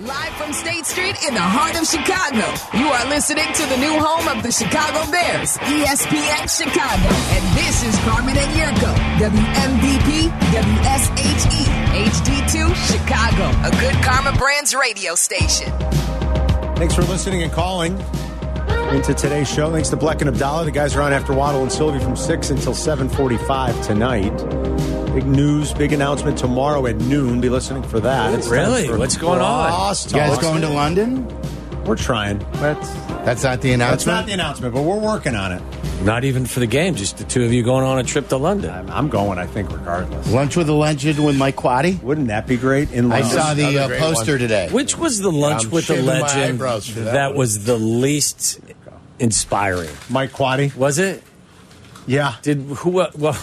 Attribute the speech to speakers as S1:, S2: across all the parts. S1: Live from State Street in the heart of Chicago, you are listening to the new home of the Chicago Bears, E ESPN Chicago. And this is Carmen and Yurko, WMVP, WSHE, HD2, Chicago, a good Karma Brands radio station.
S2: Thanks for listening and calling into today's show. Thanks to Bleck and Abdallah. The guys are on after Waddle and Sylvie from 6 until 7.45 tonight. Big news, big announcement tomorrow at noon. Be listening for that. It's time
S3: really?
S2: for
S3: What's going on?
S2: Cross
S4: You guys
S2: Talk.
S4: going to London?
S2: We're trying. That's,
S4: That's not the
S2: that's
S4: announcement.
S2: not the announcement, but we're working on it.
S3: Not even for the game, just the two of you going on a trip to London.
S2: I'm, I'm going, I think, regardless.
S4: Lunch with a legend with Mike Quaddy.
S2: Wouldn't that be great? In
S4: I
S2: London?
S4: saw the
S5: another
S4: uh,
S5: great
S4: poster
S5: one.
S4: today.
S3: Which was the lunch
S4: I'm
S3: with the
S4: shaving my
S3: legend
S4: eyebrows for
S3: that,
S4: that one.
S3: was the least inspiring?
S2: Mike Quaddy.
S3: Was it?
S2: Yeah.
S3: Did who? Uh, well,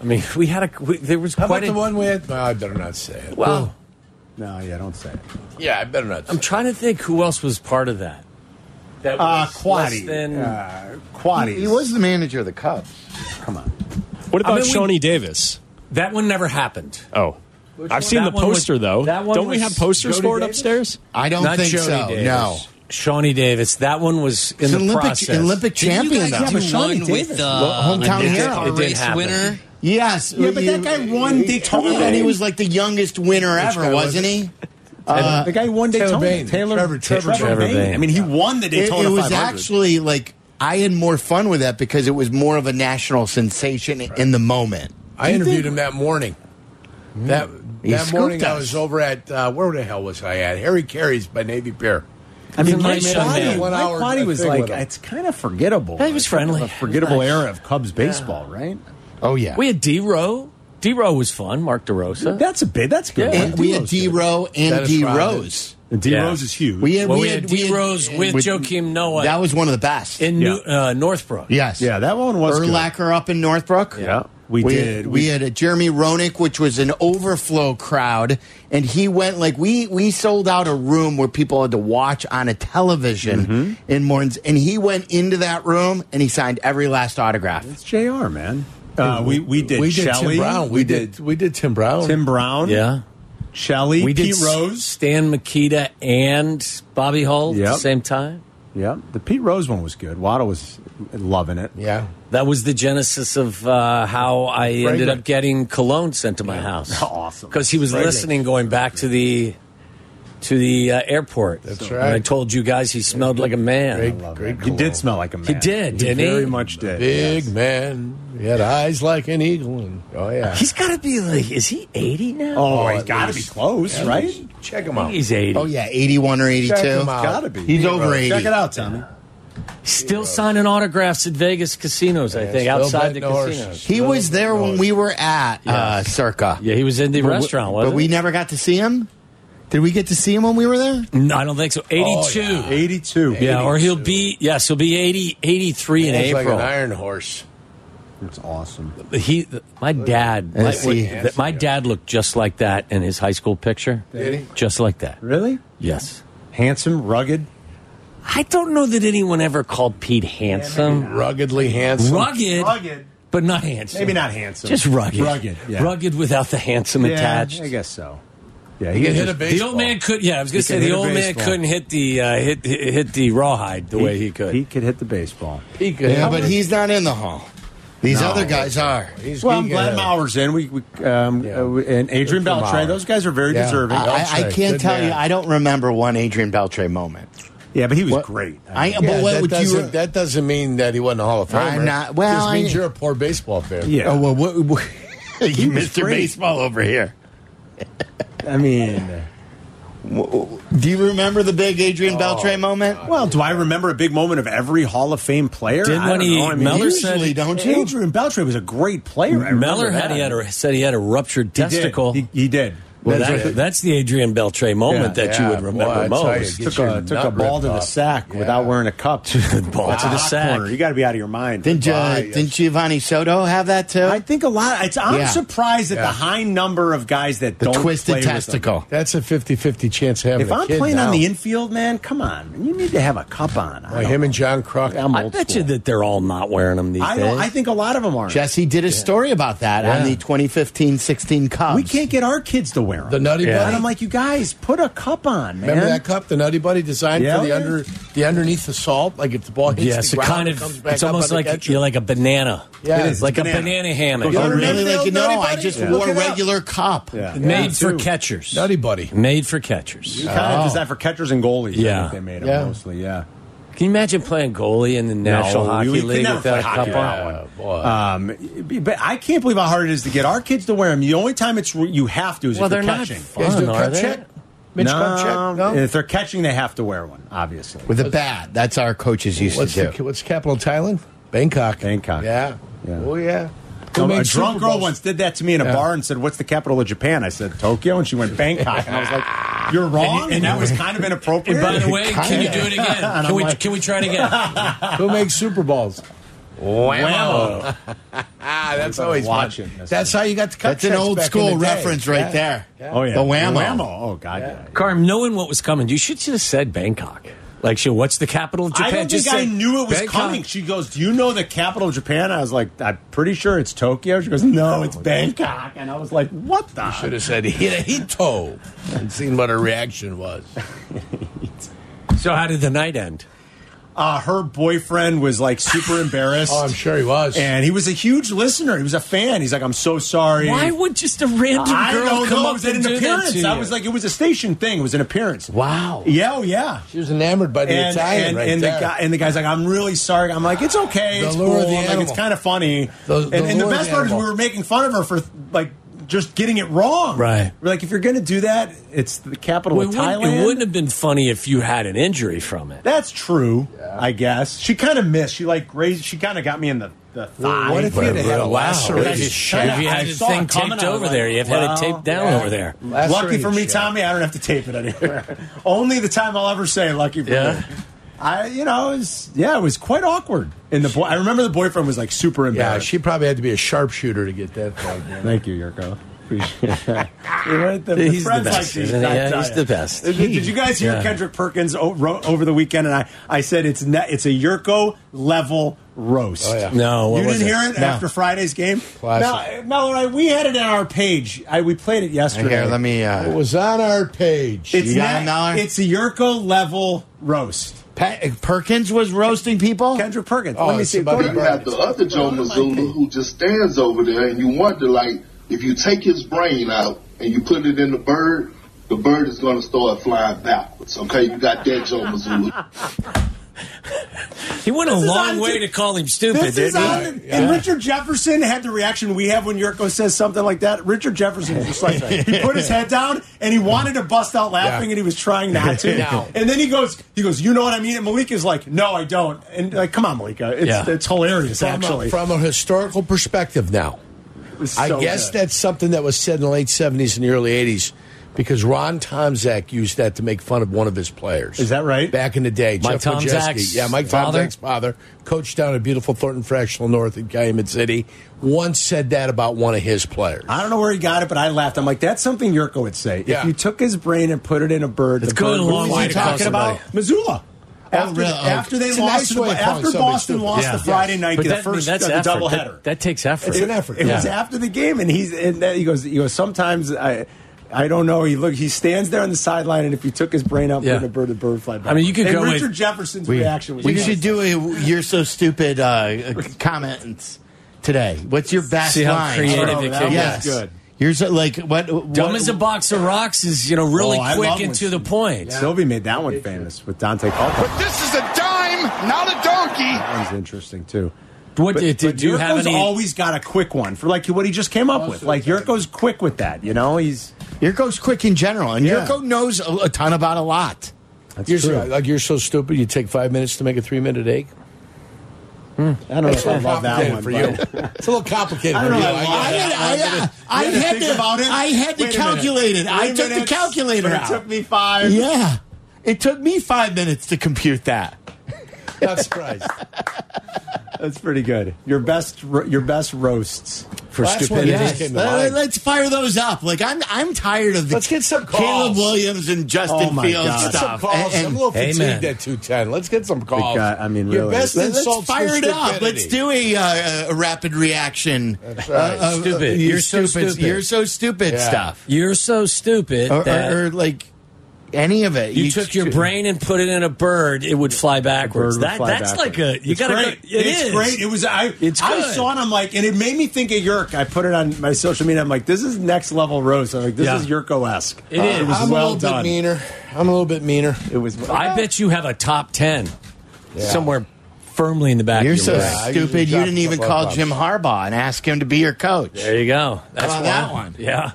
S3: I mean, we had a we, there was
S5: How
S3: quite
S5: about
S3: a,
S5: the one we had? No, I better not say it.
S4: Oh.
S3: Well,
S2: No, yeah, don't say it.
S5: yeah, I better not. Say
S3: I'm trying to think who else was part of that. That
S2: Uh,
S3: was less
S2: Quaddy.
S3: than-
S2: Uh, Quaddy.
S4: He was the manager of the Cubs.
S2: Come on.
S6: What about
S3: mean,
S6: Shawnee
S3: we-
S6: Davis?
S3: that one never happened.
S6: Oh, I've seen
S3: That
S6: the
S3: one was-
S6: poster though.
S3: that one
S6: Don't we
S3: was
S6: have posters
S3: Jody
S6: for it
S3: Davis?
S6: upstairs?
S4: I don't
S3: Not
S4: think
S3: Shawnee
S4: so.
S3: Davis.
S4: No.
S3: Shawnee Davis. That one was in
S4: It's
S3: the
S4: an Olympic,
S3: process.
S4: Olympic champion,
S7: Did you guys
S4: though.
S7: do
S2: Shawnee
S7: one
S2: Davis.
S7: with
S4: Well,
S7: uh,
S4: hometown
S7: a
S4: hero.
S7: car
S3: It did
S7: race
S3: happen.
S7: winner?
S4: Yes.
S2: Yeah, but that guy won Daytona.
S4: And he was like the youngest winner ever,
S5: guy was
S4: wasn't he?
S2: the guy who won
S5: Taylor
S2: Daytona.
S5: Bain. Trevor- Trevor
S3: Bain.
S2: I mean, he won the
S4: It,
S2: Daytona
S4: it was
S2: 500.
S4: actually like I had more fun with that because it was more of a national sensation in the moment.
S5: I interviewed him that morning. That
S4: He
S5: that
S4: scooped
S5: morning, I
S4: us.
S5: was over at uh, where the hell was I at? Harry Carey's by Navy Pier.
S2: I mean, Mike
S3: Nice young
S2: Quaddy,
S3: man.
S5: One
S2: Mike
S5: hour
S2: Quaddy was
S5: thing
S2: like,
S5: with him.
S2: it's kind of forgettable.
S3: Yeah, he was
S2: It's kind of
S3: friendly.
S2: A forgettable
S3: Nice.
S2: era of Cubs baseball, right?
S4: Oh yeah.
S3: We had D Row. D Row was fun. Mark DeRosa.
S2: That's a bit. That's good.
S4: and we had D Rowe and
S5: Dennis
S4: D
S5: Rodman.
S4: Rose.
S2: D
S3: Yeah.
S2: Rose is huge.
S4: We had
S3: Well,
S4: we,
S3: we had D. Rose with Joakim Noah.
S4: That was one of the best.
S3: in
S2: Yeah.
S3: New, uh, Northbrook.
S4: yes.
S2: yeah, that one was good.
S4: Erlacher up in Northbrook.
S2: Yeah, we did.
S4: We,
S2: We-
S4: had a Jeremy Roenick, which was an overflow crowd, and he went like we we sold out a room where people had to watch on a television
S2: Mm-hmm.
S4: in Morton's, and he went into that room and he signed every last autograph.
S2: It's JR, man. Uh, we, we did
S5: we did
S2: Shelley.
S5: Tim Brown. We, did, we did Tim Brown.
S2: Tim Brown.
S3: Yeah.
S2: Shelley.
S3: We did
S2: Pete Rose.
S3: Stan Makita and Bobby Hull at
S2: Yep.
S3: the same time.
S2: Yeah, the Pete Rose one was good. Waddle was loving it.
S5: yeah,
S3: That was the genesis of uh, how I ended
S5: Fragrant.
S3: up getting cologne sent to my house.
S2: Awesome.
S3: Because he was
S5: Fragrant.
S3: listening going back to the to the uh, airport.
S5: That's
S3: And I
S5: right.
S3: told you guys he smelled like a man.
S5: Great-
S2: Love
S5: great
S2: it. He
S5: cologne.
S2: did smell like a man.
S3: did, didn't he?
S2: very much did.
S5: big
S2: Yes.
S5: man. He had eyes like an eagle. And oh yeah,
S3: He's got to be like, is he 80 now?
S2: Oh,
S5: Oh,
S2: he's
S5: at
S2: got to be
S5: least.
S2: close,
S5: Yeah,
S2: right?
S5: he's- Check him
S3: I
S5: out.
S3: think he's 80.
S4: Oh yeah, eighty one or eighty
S5: Check
S4: two.
S5: him out.
S2: Got to be.
S4: He's over eighty.
S2: Check it out, Tommy.
S3: Still signing autographs at Vegas casinos, I think,
S5: still
S3: outside the
S5: betting horses.
S3: casinos.
S4: He was there when we were at uh, Circa.
S3: Yeah, he was in the restaurant,
S4: but
S3: wasn't
S4: we never got to see him. Did we get to see him when we were there?
S3: he? No, I don't think so. 82.
S5: yeah.
S2: 82.
S3: Yeah, or he'll be yes, he'll be 80, 83 in
S5: He's like
S3: April.
S5: an iron horse.
S2: It's awesome.
S3: he, my dad, my,
S4: Is he-
S3: th- my dad looked just like that in his high school picture.
S5: Did he?
S3: Just like that.
S2: Really?
S3: Yes.
S2: Handsome, rugged.
S3: I don't know that anyone ever called Pete handsome,
S5: Ruggedly handsome.
S3: rugged, but not handsome.
S2: Maybe not handsome.
S3: Just rugged.
S2: Rugged, yeah.
S3: Rugged without the handsome
S2: Yeah,
S3: attached.
S2: I guess so. Yeah,
S5: He could
S2: was
S5: hit a
S2: just-
S5: baseball.
S3: The old man could. Yeah, I was gonna say
S2: could hit
S3: the
S2: a
S3: old man
S2: baseball.
S3: couldn't hit the uh, hit hit hit the rawhide the way he could.
S2: He could hit the baseball.
S5: He could.
S4: Yeah, but he's not in the hall. These other guys are.
S5: He's
S2: Well, I'm
S5: he could
S2: glad
S5: hit.
S2: Maurer's in. We, we um,
S5: Yeah.
S2: uh, and Adrian
S5: Good for
S2: Beltre.
S5: Maurer.
S2: Those guys are very
S5: Yeah.
S2: deserving.
S5: Uh,
S4: I, I
S5: Beltre,
S4: can't
S5: good
S4: tell
S5: man.
S4: you. I don't remember one Adrian Beltre moment.
S2: yeah, but he was
S4: What-
S2: great.
S4: I,
S2: mean,
S4: but
S5: Yeah,
S4: what
S5: that,
S4: would
S5: doesn't,
S4: you?
S5: that doesn't mean that he wasn't a Hall of Famer.
S4: I'm not- well,
S5: just means
S4: I-
S5: you're a poor baseball fan.
S2: yeah.
S4: oh well, what, what, you
S2: was
S4: Mr.
S2: great.
S4: Baseball over here.
S2: I mean, uh,
S4: Do you remember the big Adrian Beltre moment?
S2: well, do I remember a big moment of every Hall of Fame player?
S3: Didn't
S2: I
S3: when
S2: don't
S3: he-
S2: know. I mean,
S3: Mellor
S2: usually-
S3: said-
S4: Usually, don't you?
S2: Adrian Beltre was a great player. I remember
S3: Meller had
S2: that.
S3: he had a, said he had a ruptured
S2: He did.
S3: testicle.
S2: He, he did.
S3: Well,
S2: That's
S3: that,
S2: right.
S3: that's the Adrian Beltre moment
S5: Yeah,
S3: that you
S5: yeah,
S3: would remember
S5: boy, I tell
S3: most.
S5: you,
S2: took
S5: Get your
S2: a took a
S5: nut
S2: ball
S5: ripped
S2: to the
S5: off.
S2: sack
S5: Yeah.
S2: without weering a cup.
S3: ball to the sack.
S2: Corner. You got to be out of your mind.
S4: Didn't you,
S5: Why, yes.
S4: didn't Giovanni Soto have that too?
S2: I think a lot. It's, I'm
S4: Yeah.
S2: surprised at
S5: Yeah.
S2: the high number of guys that
S4: the
S2: don't play
S4: twisted
S2: with them.
S4: testicle.
S5: That's a 50-50 chance of having
S2: If
S5: a
S2: I'm
S5: kid
S2: playing
S5: now.
S2: on the infield, man, come on, you need to have a cup on. I
S5: Boy,
S2: don't-
S5: him and John Crook.
S2: I'm
S3: I
S2: old
S3: bet
S2: school.
S3: you that they're all not wearing them these
S2: I
S3: days.
S2: don't. I think a lot of them aren't.
S4: Jesse did a story about that on
S5: Yeah.
S4: the 2015-16 Cubs.
S2: we can't get our kids to wear them.
S5: The Nutty
S3: Yeah.
S5: Buddy.
S2: and I'm like, you guys, put a cup on, man.
S5: Remember that cup, the Nutty Buddy, designed
S2: Yeah.
S5: for the under the underneath the salt. Like if the ball hits
S3: Yes, it
S5: the ground,
S3: kind
S5: it comes
S3: of.
S5: back
S3: It's
S5: up
S3: almost
S5: on the
S3: like
S5: catcher.
S3: you're like a banana.
S5: Yeah. It
S3: it's
S5: is,
S3: like
S2: it's
S3: a
S2: banana.
S3: banana hammock.
S2: Goes
S4: I
S2: on
S4: don't Oh, really
S5: Nutty
S4: like you know. I
S5: Buddy?
S4: just
S5: Yeah.
S4: wore
S5: Look
S4: a
S5: it up.
S4: regular cup.
S2: Yeah.
S3: Made for
S5: too.
S3: catchers.
S5: Nutty Buddy.
S3: Made for catchers.
S2: You kind of does that for catchers and goalies. I
S3: Yeah.
S2: think they made them
S5: Yeah.
S2: mostly. Yeah.
S3: Can you imagine playing goalie in the National
S2: we-
S3: Hockey
S2: we could
S3: League
S2: never
S3: without
S2: play
S3: a cup
S2: hockey
S3: on?
S2: without one.
S5: Oh, boy.
S2: Um, but I can't believe how hard it is to get our kids to wear them. The only time it's you have to is
S3: Well,
S2: if you're
S3: they're not
S2: catching.
S3: fun.
S5: You guys do a
S3: are
S5: cup
S3: they?
S5: check? Mitch cup check? No?
S2: If they're catching, they have to wear one. Obviously.
S4: With a bat. That's our coaches used
S5: What's
S4: to
S5: the,
S4: do.
S5: what's capital of Thailand? Bangkok.
S2: Bangkok.
S5: Yeah.
S2: Yeah.
S5: Oh yeah.
S2: No,
S5: Who
S2: a
S5: made
S2: drunk
S5: Super
S2: girl
S5: Bowls?
S2: once did that to me in a
S5: Yeah.
S2: bar and said, "What's the capital of Japan?" I said, "Tokyo," and she went Bangkok, and I was like, "You're wrong," and, that was kind of inappropriate.
S3: And by the way, can you
S5: Kinda.
S3: do it again?
S2: And
S3: Can
S2: I'm
S3: we,
S2: like-
S3: can we try it again?
S5: Who makes Super Bowls?
S2: wow,
S5: Ah, that's always
S2: watching.
S5: fun. That's how you got the cup
S4: That's an
S5: checks
S4: old
S5: back in
S4: school
S5: the day.
S4: reference right
S5: Yeah.
S4: there.
S2: oh yeah,
S4: The whammo.
S2: oh god, yeah.
S3: Carm, knowing what was coming, you should have said Bangkok. Like, she, what's the capital of
S2: I
S3: Japan?
S2: don't think
S3: say
S2: I knew it was
S3: Bangkok.
S2: coming. She goes, "Do you know the capital of Japan?" I was like, "I'm pretty sure it's Tokyo." She goes, "No, it's Bangkok," and I was like, "What the?"
S5: Should have said Hito and seen what her reaction was.
S3: So how did the night end?
S2: Uh, her boyfriend was like super embarrassed,
S5: Oh, I'm sure he was.
S2: and he was a huge listener. He was a fan. He's like, "I'm so sorry."
S3: Why would just a random girl
S2: I don't
S3: come
S2: know. It
S3: up
S2: was
S3: and
S2: an
S3: do that
S2: appearance.
S3: to you?
S2: I was like, it was a station thing. It was an appearance.
S5: wow.
S2: Yeah, oh, yeah.
S5: She was enamored by the
S2: And
S5: Italian
S2: and,
S5: right
S2: and the
S5: there.
S2: guy and the guy's like, I'm really sorry. I'm like, it's okay.
S5: The
S2: it's
S5: lure of
S2: cool.
S5: the
S2: I'm like, it's
S5: animal.
S2: kind of funny.
S5: The- the
S2: and, and the
S5: lure of
S2: best
S5: the
S2: part is we
S5: animal.
S2: were making fun of her for like just getting it wrong.
S3: Right.
S2: We're like, if you're going to do that, it's the capital
S3: Well, it,
S2: of
S3: wouldn't,
S2: Thailand.
S3: it wouldn't have been funny if you had an injury from it.
S2: That's true. I guess she kind of missed. She like grazed. She kind of got me in the the thigh.
S5: what if you had had a laceration?
S2: I just shut
S3: If you
S2: up.
S3: had
S2: I
S3: a
S2: saw
S3: thing
S2: it coming,
S3: taped
S2: I was
S3: over
S2: like,
S3: there, you've
S2: well,
S3: had it taped down
S5: yeah.
S3: over there.
S2: Lucky for me,
S5: Lacerated
S2: Tommy, I don't have to tape it anywhere. Only the time I'll ever say lucky for
S3: Yeah.
S2: me. I, you know, it was, yeah, it was quite awkward. And the boy, I remember the boyfriend was like super
S5: Yeah,
S2: embarrassed.
S5: she probably had to be a sharpshooter to get that thing. man.
S2: Thank you, Yurko. Appreciate it. You're right, the,
S3: He's the
S2: friends
S3: best,
S2: like these,
S3: isn't he?
S2: I
S3: Yeah,
S2: tell
S3: he's
S2: ya.
S3: the best.
S2: Did, did you guys hear
S3: Yeah.
S2: Kendrick Perkins o- wrote over the weekend? And I, I said it's ne- it's a Yurko level roast.
S5: Oh, yeah.
S3: No, what
S2: you
S3: was
S2: didn't
S3: it?
S2: hear it
S3: No.
S2: after Friday's game.
S5: Classic.
S2: Mel and I, we had it on our page. I, we played it yesterday.
S4: Here, let me.
S5: It
S4: Uh,
S5: was on our page.
S2: It's
S4: You got
S2: not,
S4: him, Mallard?
S2: It's a Yurko level roast.
S4: Pat, Perkins was roasting people.
S2: Kendrick Perkins.
S5: Oh,
S2: Let me
S5: it's
S2: see.
S5: about
S2: Go
S5: to
S2: to-
S5: be
S6: You have the other Joe Mazzulla who just stands over there, and you wonder, like, if you take his brain out and you put it in the bird, the bird is going to start flying backwards. Okay, you got that Joe Mazzulla.
S3: He went a
S2: This is
S3: long
S2: on-
S3: way to call him stupid,
S2: This is
S3: didn't
S2: on,
S3: he?
S2: and Richard Jefferson had the reaction we have when Yurko says something like that. Richard Jefferson was just like he put his head down and he wanted to bust out laughing
S5: Yeah.
S2: and he was trying not to.
S5: No.
S2: And then he goes, he goes, you know what I mean? And Malika's like, no, I don't. And like, come on, Malika, it's
S3: Yeah.
S2: it's hilarious
S5: from,
S2: actually.
S5: a, from a historical perspective now.
S2: It was
S5: I
S2: so
S5: guess
S2: good.
S5: that's something that was said in the late 70s and the early 80s because Ron Tomzak used that to make fun of one of his players.
S2: Is that right?
S5: Back in the day.
S3: Mike
S5: Jeff Wojcicki.
S3: Tomzak's
S5: Yeah, Mike
S3: father?
S5: Tomzak's father, coached down at beautiful Thornton Fractional North in Calumet City, once said that about one of his players.
S2: I don't know where he got it, but I laughed. I'm like, that's something Yurko would say.
S5: Yeah.
S2: If you took his brain and put it in a bird,
S3: It's
S2: the
S3: going
S2: bird
S3: a
S2: would-
S3: long
S2: Who
S5: way
S2: is he
S5: to call
S2: talking about Missoula. After,
S5: Oh, really?
S2: after they
S5: It's a
S2: lost,
S5: nice
S2: to the-
S5: way of calling
S2: after
S5: somebody
S2: Boston
S5: stupid.
S2: lost
S5: Yeah.
S2: the Friday
S5: Yes.
S2: night,
S3: But
S2: the
S3: that, I mean,
S2: first
S3: that's
S2: uh, the
S3: effort.
S2: doubleheader.
S3: That, that takes effort.
S5: It's an effort.
S2: It was
S3: Yeah.
S2: after the game, and he's and then he goes, he goes. Sometimes I, I don't know. He look, he stands there on the sideline, and if you took his brain out,
S3: Yeah.
S2: put a bird, the bird would fly back.
S3: I mean, you could
S2: and
S3: go
S2: Richard
S3: with-
S2: Jefferson's
S4: We,
S2: reaction. Was
S4: we should do a "You're so stupid" uh, comments today. What's your best
S3: See how
S4: line?
S3: creative
S2: Oh, it that can be.
S4: yes.
S2: was good.
S4: You're so, like what?
S3: Dumb
S4: what-
S3: as a box of rocks is, you know, really
S2: Oh, I
S3: quick
S2: love
S3: and
S2: when
S3: to the
S2: she-
S3: point.
S2: Sylvie made that one famous with Dante Culpa.
S7: This is a dime, not a donkey.
S2: That one's interesting too.
S3: What
S2: But,
S3: did,
S2: but
S3: did you have
S2: Yurko's
S3: any?
S2: always got a quick one for like what he just came up with. Like Yurko's quick with that, you know. He's
S4: Yurko's quick in general, and
S2: Yeah.
S4: Yurko knows a, a ton about a lot.
S2: that's
S5: You're so, like you're so stupid. You take five minutes to make a three minute egg.
S2: I don't know if I love that
S5: Complicated
S2: one
S5: for
S2: but-
S5: you. it's a little complicated.
S2: I don't
S5: for
S2: know.
S5: you.
S2: I
S5: get it.
S2: love that.
S4: I
S2: You had to
S4: had
S2: think
S4: to-
S2: about it.
S4: I had to
S2: Wait a minute.
S4: calculate it. I
S2: Three
S4: took the
S2: minutes,
S4: calculator
S2: but
S4: out.
S2: It took me five.
S4: Yeah, Uh, it took me five minutes to compute that.
S5: Not surprised.
S2: That's pretty good. Your best, ro- your best roasts for
S5: Last one,
S2: stupidity.
S5: yes. Came to mind.
S4: Let, us fire those up. Like I'm, I'm tired of the
S5: Let's get some
S4: Caleb
S5: calls.
S4: Williams and Justin
S2: Oh, my
S4: Fields
S2: God.
S5: Get some
S4: stuff.
S5: calls.
S4: And-
S5: I'm a little
S3: Amen.
S5: fatigued at 210. Let's get some calls.
S2: guy- I mean,
S5: Your
S2: really.
S5: best
S2: Let-
S4: and let's
S5: insults for
S4: fire it up.
S5: stupidity.
S4: Let's do a, uh, a rapid reaction. That's
S2: Uh,
S5: right.
S3: Stupid. You're so stupid.
S4: You're so stupid
S5: Yeah.
S4: stuff.
S3: You're so stupid
S4: Or,
S3: that
S4: or, or, like any of it.
S3: you, took your brain and put it in a bird. It would fly backwards.
S2: would
S3: That,
S2: fly
S3: that's
S2: backwards.
S3: like a you
S2: It's
S3: gotta.
S2: great.
S3: Go, it
S2: it's
S3: is.
S2: great. It was. I.
S3: It's
S2: I
S3: good.
S2: saw it. I'm like, and it made me think of Yurk. I put it on my social media. I'm like, this is next level roast. I'm like, this
S3: Yeah.
S2: is Yurko esque.
S3: It is.
S2: It was
S5: I'm a
S2: well
S5: little
S2: done.
S5: bit meaner. I'm a little bit meaner.
S2: It was.
S3: I bet you have a top ten somewhere firmly in the back.
S4: You're
S3: of your
S4: so
S3: brain.
S5: I usually
S4: stupid. You
S5: drop
S4: didn't
S5: a
S4: even
S5: couple
S4: call
S5: of
S4: Jim
S5: bucks.
S4: Harbaugh and ask him to be your coach.
S3: There you go. That's
S4: How about that one?
S3: Yeah.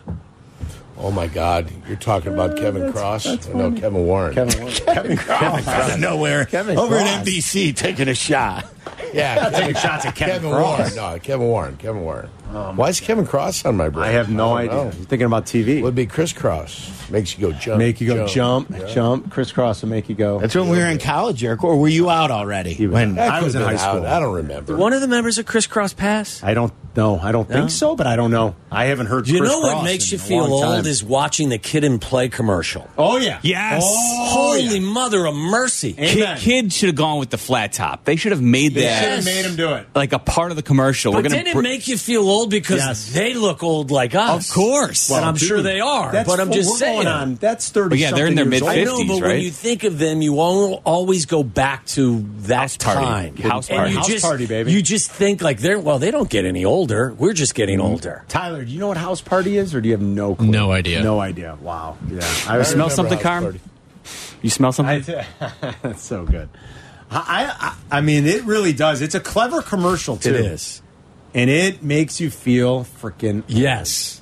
S5: Oh my God! You're talking about Kevin Cross?
S2: Uh, that's
S5: no,
S2: funny.
S5: Kevin Warren.
S2: Kevin. Warren. Kevin Cross.
S4: Out of nowhere,
S2: Kevin
S4: over
S2: Cross.
S4: at NBC taking a shot.
S5: Yeah, Kevin,
S2: shots at Kevin
S5: Kevin
S2: Cross. Oh,
S5: Warren. No, Kevin Warren. Kevin Warren. Why is Kevin Cross on my brain?
S2: I have no
S5: don't
S2: idea.
S5: know.
S2: You're thinking about TV.
S5: Would be crisscross. Makes you go jump.
S2: make you go jump, jump, crisscross, and make you go.
S4: That's when we were in college, Eric. Or were you out already?
S2: was
S4: when
S2: out.
S5: That
S2: I was
S5: could've
S2: in
S5: been
S2: high
S5: out.
S2: school.
S5: I don't remember.
S3: One of the members of Crisscross Pass.
S2: I don't know. I don't think so, but I don't know. I haven't heard.
S3: You know
S2: crisscross
S3: what makes
S2: in
S3: you
S2: a
S3: feel
S2: long
S3: old
S2: time.
S3: is watching the kid and play commercial.
S2: oh yeah,
S8: Yes.
S2: Oh, yeah.
S3: Holy mother of mercy!
S2: Amen.
S8: Kid, kid should have gone with the flat top. They should have made
S2: They
S8: that
S2: should have made him do it.
S8: like a part of the commercial.
S3: But
S8: We're gonna
S3: didn't
S8: br-
S3: it make you feel old because
S2: Yes.
S3: they look old like us?
S8: Of course.
S3: and I'm sure
S2: Dude,
S3: they are.
S2: that's
S3: But I'm
S2: full-
S3: just
S2: we're
S3: saying.
S2: Going on. That's thirty.
S8: But yeah, they're in
S2: something
S8: their
S2: years
S3: I
S8: mid-
S2: old.
S3: know, but when
S8: right?
S3: you think of them, you al- always go back to that
S8: House party.
S3: time.
S8: House
S3: and
S8: party.
S3: You
S2: House
S3: just,
S2: party, baby.
S3: You just think like they're well, they don't get any older. We're just getting
S2: Mm-hmm.
S3: older.
S2: Tyler, do you know what house party is, or do you have no clue?
S8: No idea.
S2: No idea. Wow. Yeah. I
S5: I remember
S8: smell something,
S5: House
S8: Carm?
S5: Party.
S8: you smell
S2: I,
S8: something?
S2: that's so good. I, I I mean, it really does. It's a clever commercial too.
S3: It is.
S2: and it makes you feel freaking.
S3: Yes.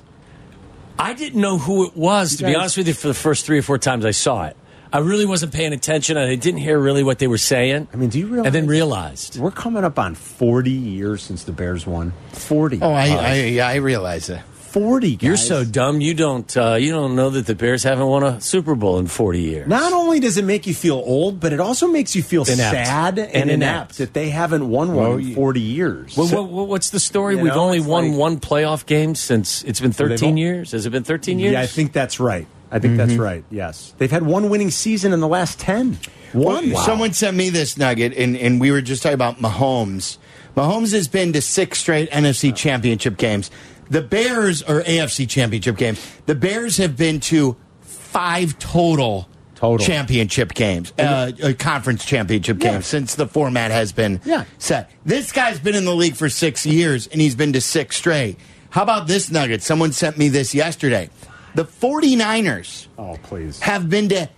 S3: I didn't know who it was, to be
S2: guys-
S3: honest with you, for the first three or four times I saw it. I really wasn't paying attention and I didn't hear really what they were saying.
S2: I mean, do you realize?
S3: And then realized.
S2: we're coming up on forty years since the Bears won. Forty.
S4: oh, I, I, yeah, I realize it.
S2: 40 guys.
S3: You're so dumb. You don't. Uh, you don't know that the Bears haven't won a Super Bowl in 40 years.
S2: Not only does it make you feel old, but it also makes you feel
S3: Inept.
S2: sad and,
S3: And
S2: inept.
S3: inept.
S2: that they haven't won one in 40 years.
S3: Well, what- what- what's the story?
S2: You
S3: We've
S2: know,
S3: only
S2: it's
S3: won
S2: like-
S3: one playoff game since it's been
S2: they've
S3: 13
S2: all-
S3: years. Has it been 13 years?
S2: yeah, I think that's right. I think that's right. Yes. They've had one winning season in the last 10. One.
S4: Someone sent me this nugget, and, and we were just talking about Mahomes. Mahomes has been to six straight NFC championship games. The Bears, or AFC championship games, the Bears have been to five total.
S2: Total.
S4: championship games, uh, uh, conference championship
S2: Yeah.
S4: games since the format has been
S2: Yeah.
S4: set. This guy's been in the league for six years and he's been to six straight. How about this nugget? Someone sent me this yesterday. The 49ers
S2: Oh, please.
S4: have been to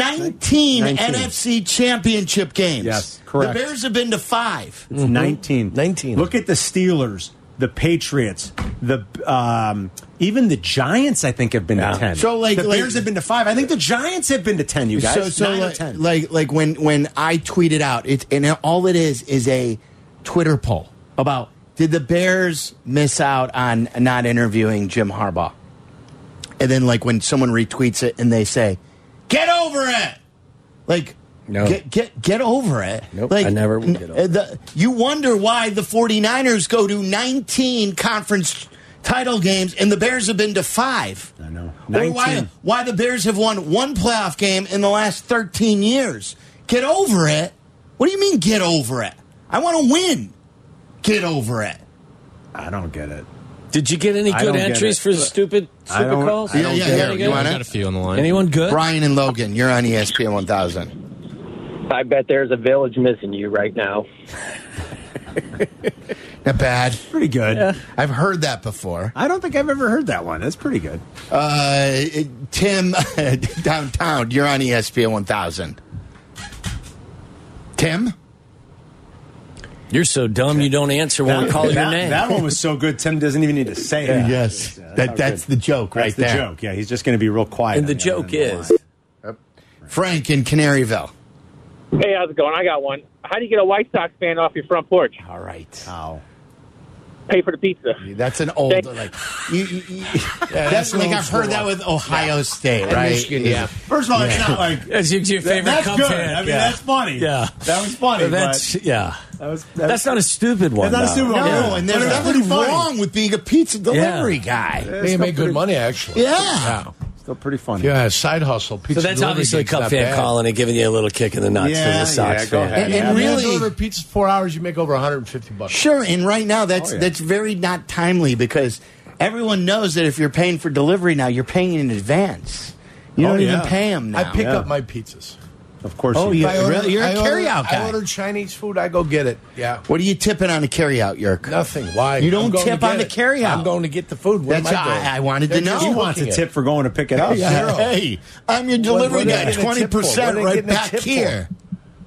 S4: 19,
S2: 19.
S4: NFC championship games.
S2: Yes, correct.
S4: The Bears have been to five.
S2: It's 19.
S3: 19.
S2: Look at the Steelers, the Patriots, the um, even the Giants, I think, have been
S3: Yeah.
S2: to 10.
S4: So, like-
S2: the
S4: like-
S2: Bears have been to 5. I think the Giants have been to 10, you guys.
S4: So, so
S2: Nine or
S4: like,
S2: 10.
S4: like like when when I tweeted out it and all it is is a Twitter poll about did the Bears miss out on not interviewing Jim Harbaugh? And then like when someone retweets it and they say, "Get over it," like.
S3: No.
S4: Get, get get over it.
S3: Nope,
S4: like,
S3: I never would
S4: n- uh,
S3: get over it.
S4: The, you wonder why the 49ers go to 19 conference title games and the Bears have been to five.
S2: I know.
S4: Or why,
S2: 19.
S4: why the Bears have won one playoff game in the last 13 years. Get over it. What do you mean, get over it? I want to win. Get over it.
S2: I don't get it.
S3: Did you get any
S2: I
S3: good
S2: don't get
S3: entries
S2: it.
S3: for the stupid
S2: I
S3: super
S2: don't-
S3: calls?
S2: I don't
S4: Yeah, yeah, get yeah. it.
S3: Any
S4: You
S3: good?
S4: want it?
S9: Got a few on the line.
S3: Anyone good?
S4: Brian and Logan, you're on E ESPN 1000.
S10: I bet there's a village missing you right now.
S4: Not bad.
S2: Pretty good.
S4: I've heard that before.
S2: I don't think I've ever heard that one. That's pretty good.
S4: Uh, it- Tim, downtown, you're on E ESPN 1000. Tim?
S3: You're so dumb. You don't answer when we call your
S2: that,
S3: name.
S2: that one was so good. Tim doesn't even need to say it.
S4: Yes.
S2: Yeah,
S4: That,
S2: how
S4: that's
S2: good.
S4: the joke right
S2: That's
S4: there.
S2: the joke. Yeah, he's just going to be real quiet.
S3: and the
S2: on other
S3: joke
S2: end of the
S3: is,
S2: line.
S4: Frank in Canaryville.
S10: Hey, how's it going? I got one. How do you get a White Sox fan off your front porch?
S4: All right.
S2: Ow.
S10: Pay for the pizza.
S4: That's an old like. You, you, you- that's
S5: that's an
S4: like
S5: old
S4: I've heard
S5: school
S4: that
S5: one.
S4: with Ohio State,
S5: And
S4: right?
S5: Michigan, yeah.
S2: First of all, it's not like
S3: That's your your favorite
S2: that's
S3: cum
S2: good.
S3: fan.
S2: I mean,
S3: Yeah.
S2: that's funny.
S3: Yeah.
S2: that was funny.
S3: That's yeah.
S2: but that was, that
S3: That's not a stupid one.
S2: That's not a stupid
S3: though.
S2: one.
S4: No,
S2: Yeah.
S4: and there's
S2: But it's
S4: nothing
S2: pretty funny.
S4: wrong with being a pizza delivery guy.
S5: They make good money, actually.
S4: Yeah.
S2: still pretty funny.
S5: Yeah, side hustle. Pizza
S3: So that's
S5: delivery
S3: obviously a
S5: gig's
S3: Cup
S5: not
S3: fan
S5: bad.
S3: calling and giving you a little kick in the nuts
S2: Yeah,
S3: as a Sox
S2: yeah, go
S3: fan.
S2: ahead.
S4: And,
S5: And
S4: and
S5: really,
S4: really,
S5: deliver pizza four hours, you make over 150 bucks.
S4: Sure, and right now that's
S2: Oh, yeah.
S4: that's very not timely because everyone knows that if you're paying for delivery now, you're paying in advance. You
S2: Oh,
S4: don't
S2: yeah.
S4: even pay them now.
S5: I pick
S2: Yeah.
S5: up my pizzas.
S2: Of course.
S4: Oh,
S2: you
S4: yeah.
S2: did.
S5: I order-
S4: really? You're a
S5: I order-
S4: carryout guy.
S5: I order Chinese food. I go get it. Yeah.
S4: what are you tipping on a carryout, Yerk?
S5: Nothing. Why?
S4: You don't
S5: I'm going
S4: tip
S5: to
S4: on
S5: get
S4: the
S5: it.
S4: carryout.
S5: I'm going to get the food. What
S4: That's
S5: am I
S4: why
S5: doing?
S4: I- I wanted to
S5: They're
S4: know.
S5: just
S2: You
S4: Who
S2: want
S5: booking
S2: the
S5: it.
S2: tip for going to pick it up?
S5: Yeah.
S2: Zero.
S4: Hey, I'm your
S5: What-
S4: delivery
S5: what are they
S4: guy.
S5: getting a
S4: Twenty
S5: tip for? What are
S4: percent
S5: they
S4: right
S5: getting a
S4: back
S5: tip for?
S4: here.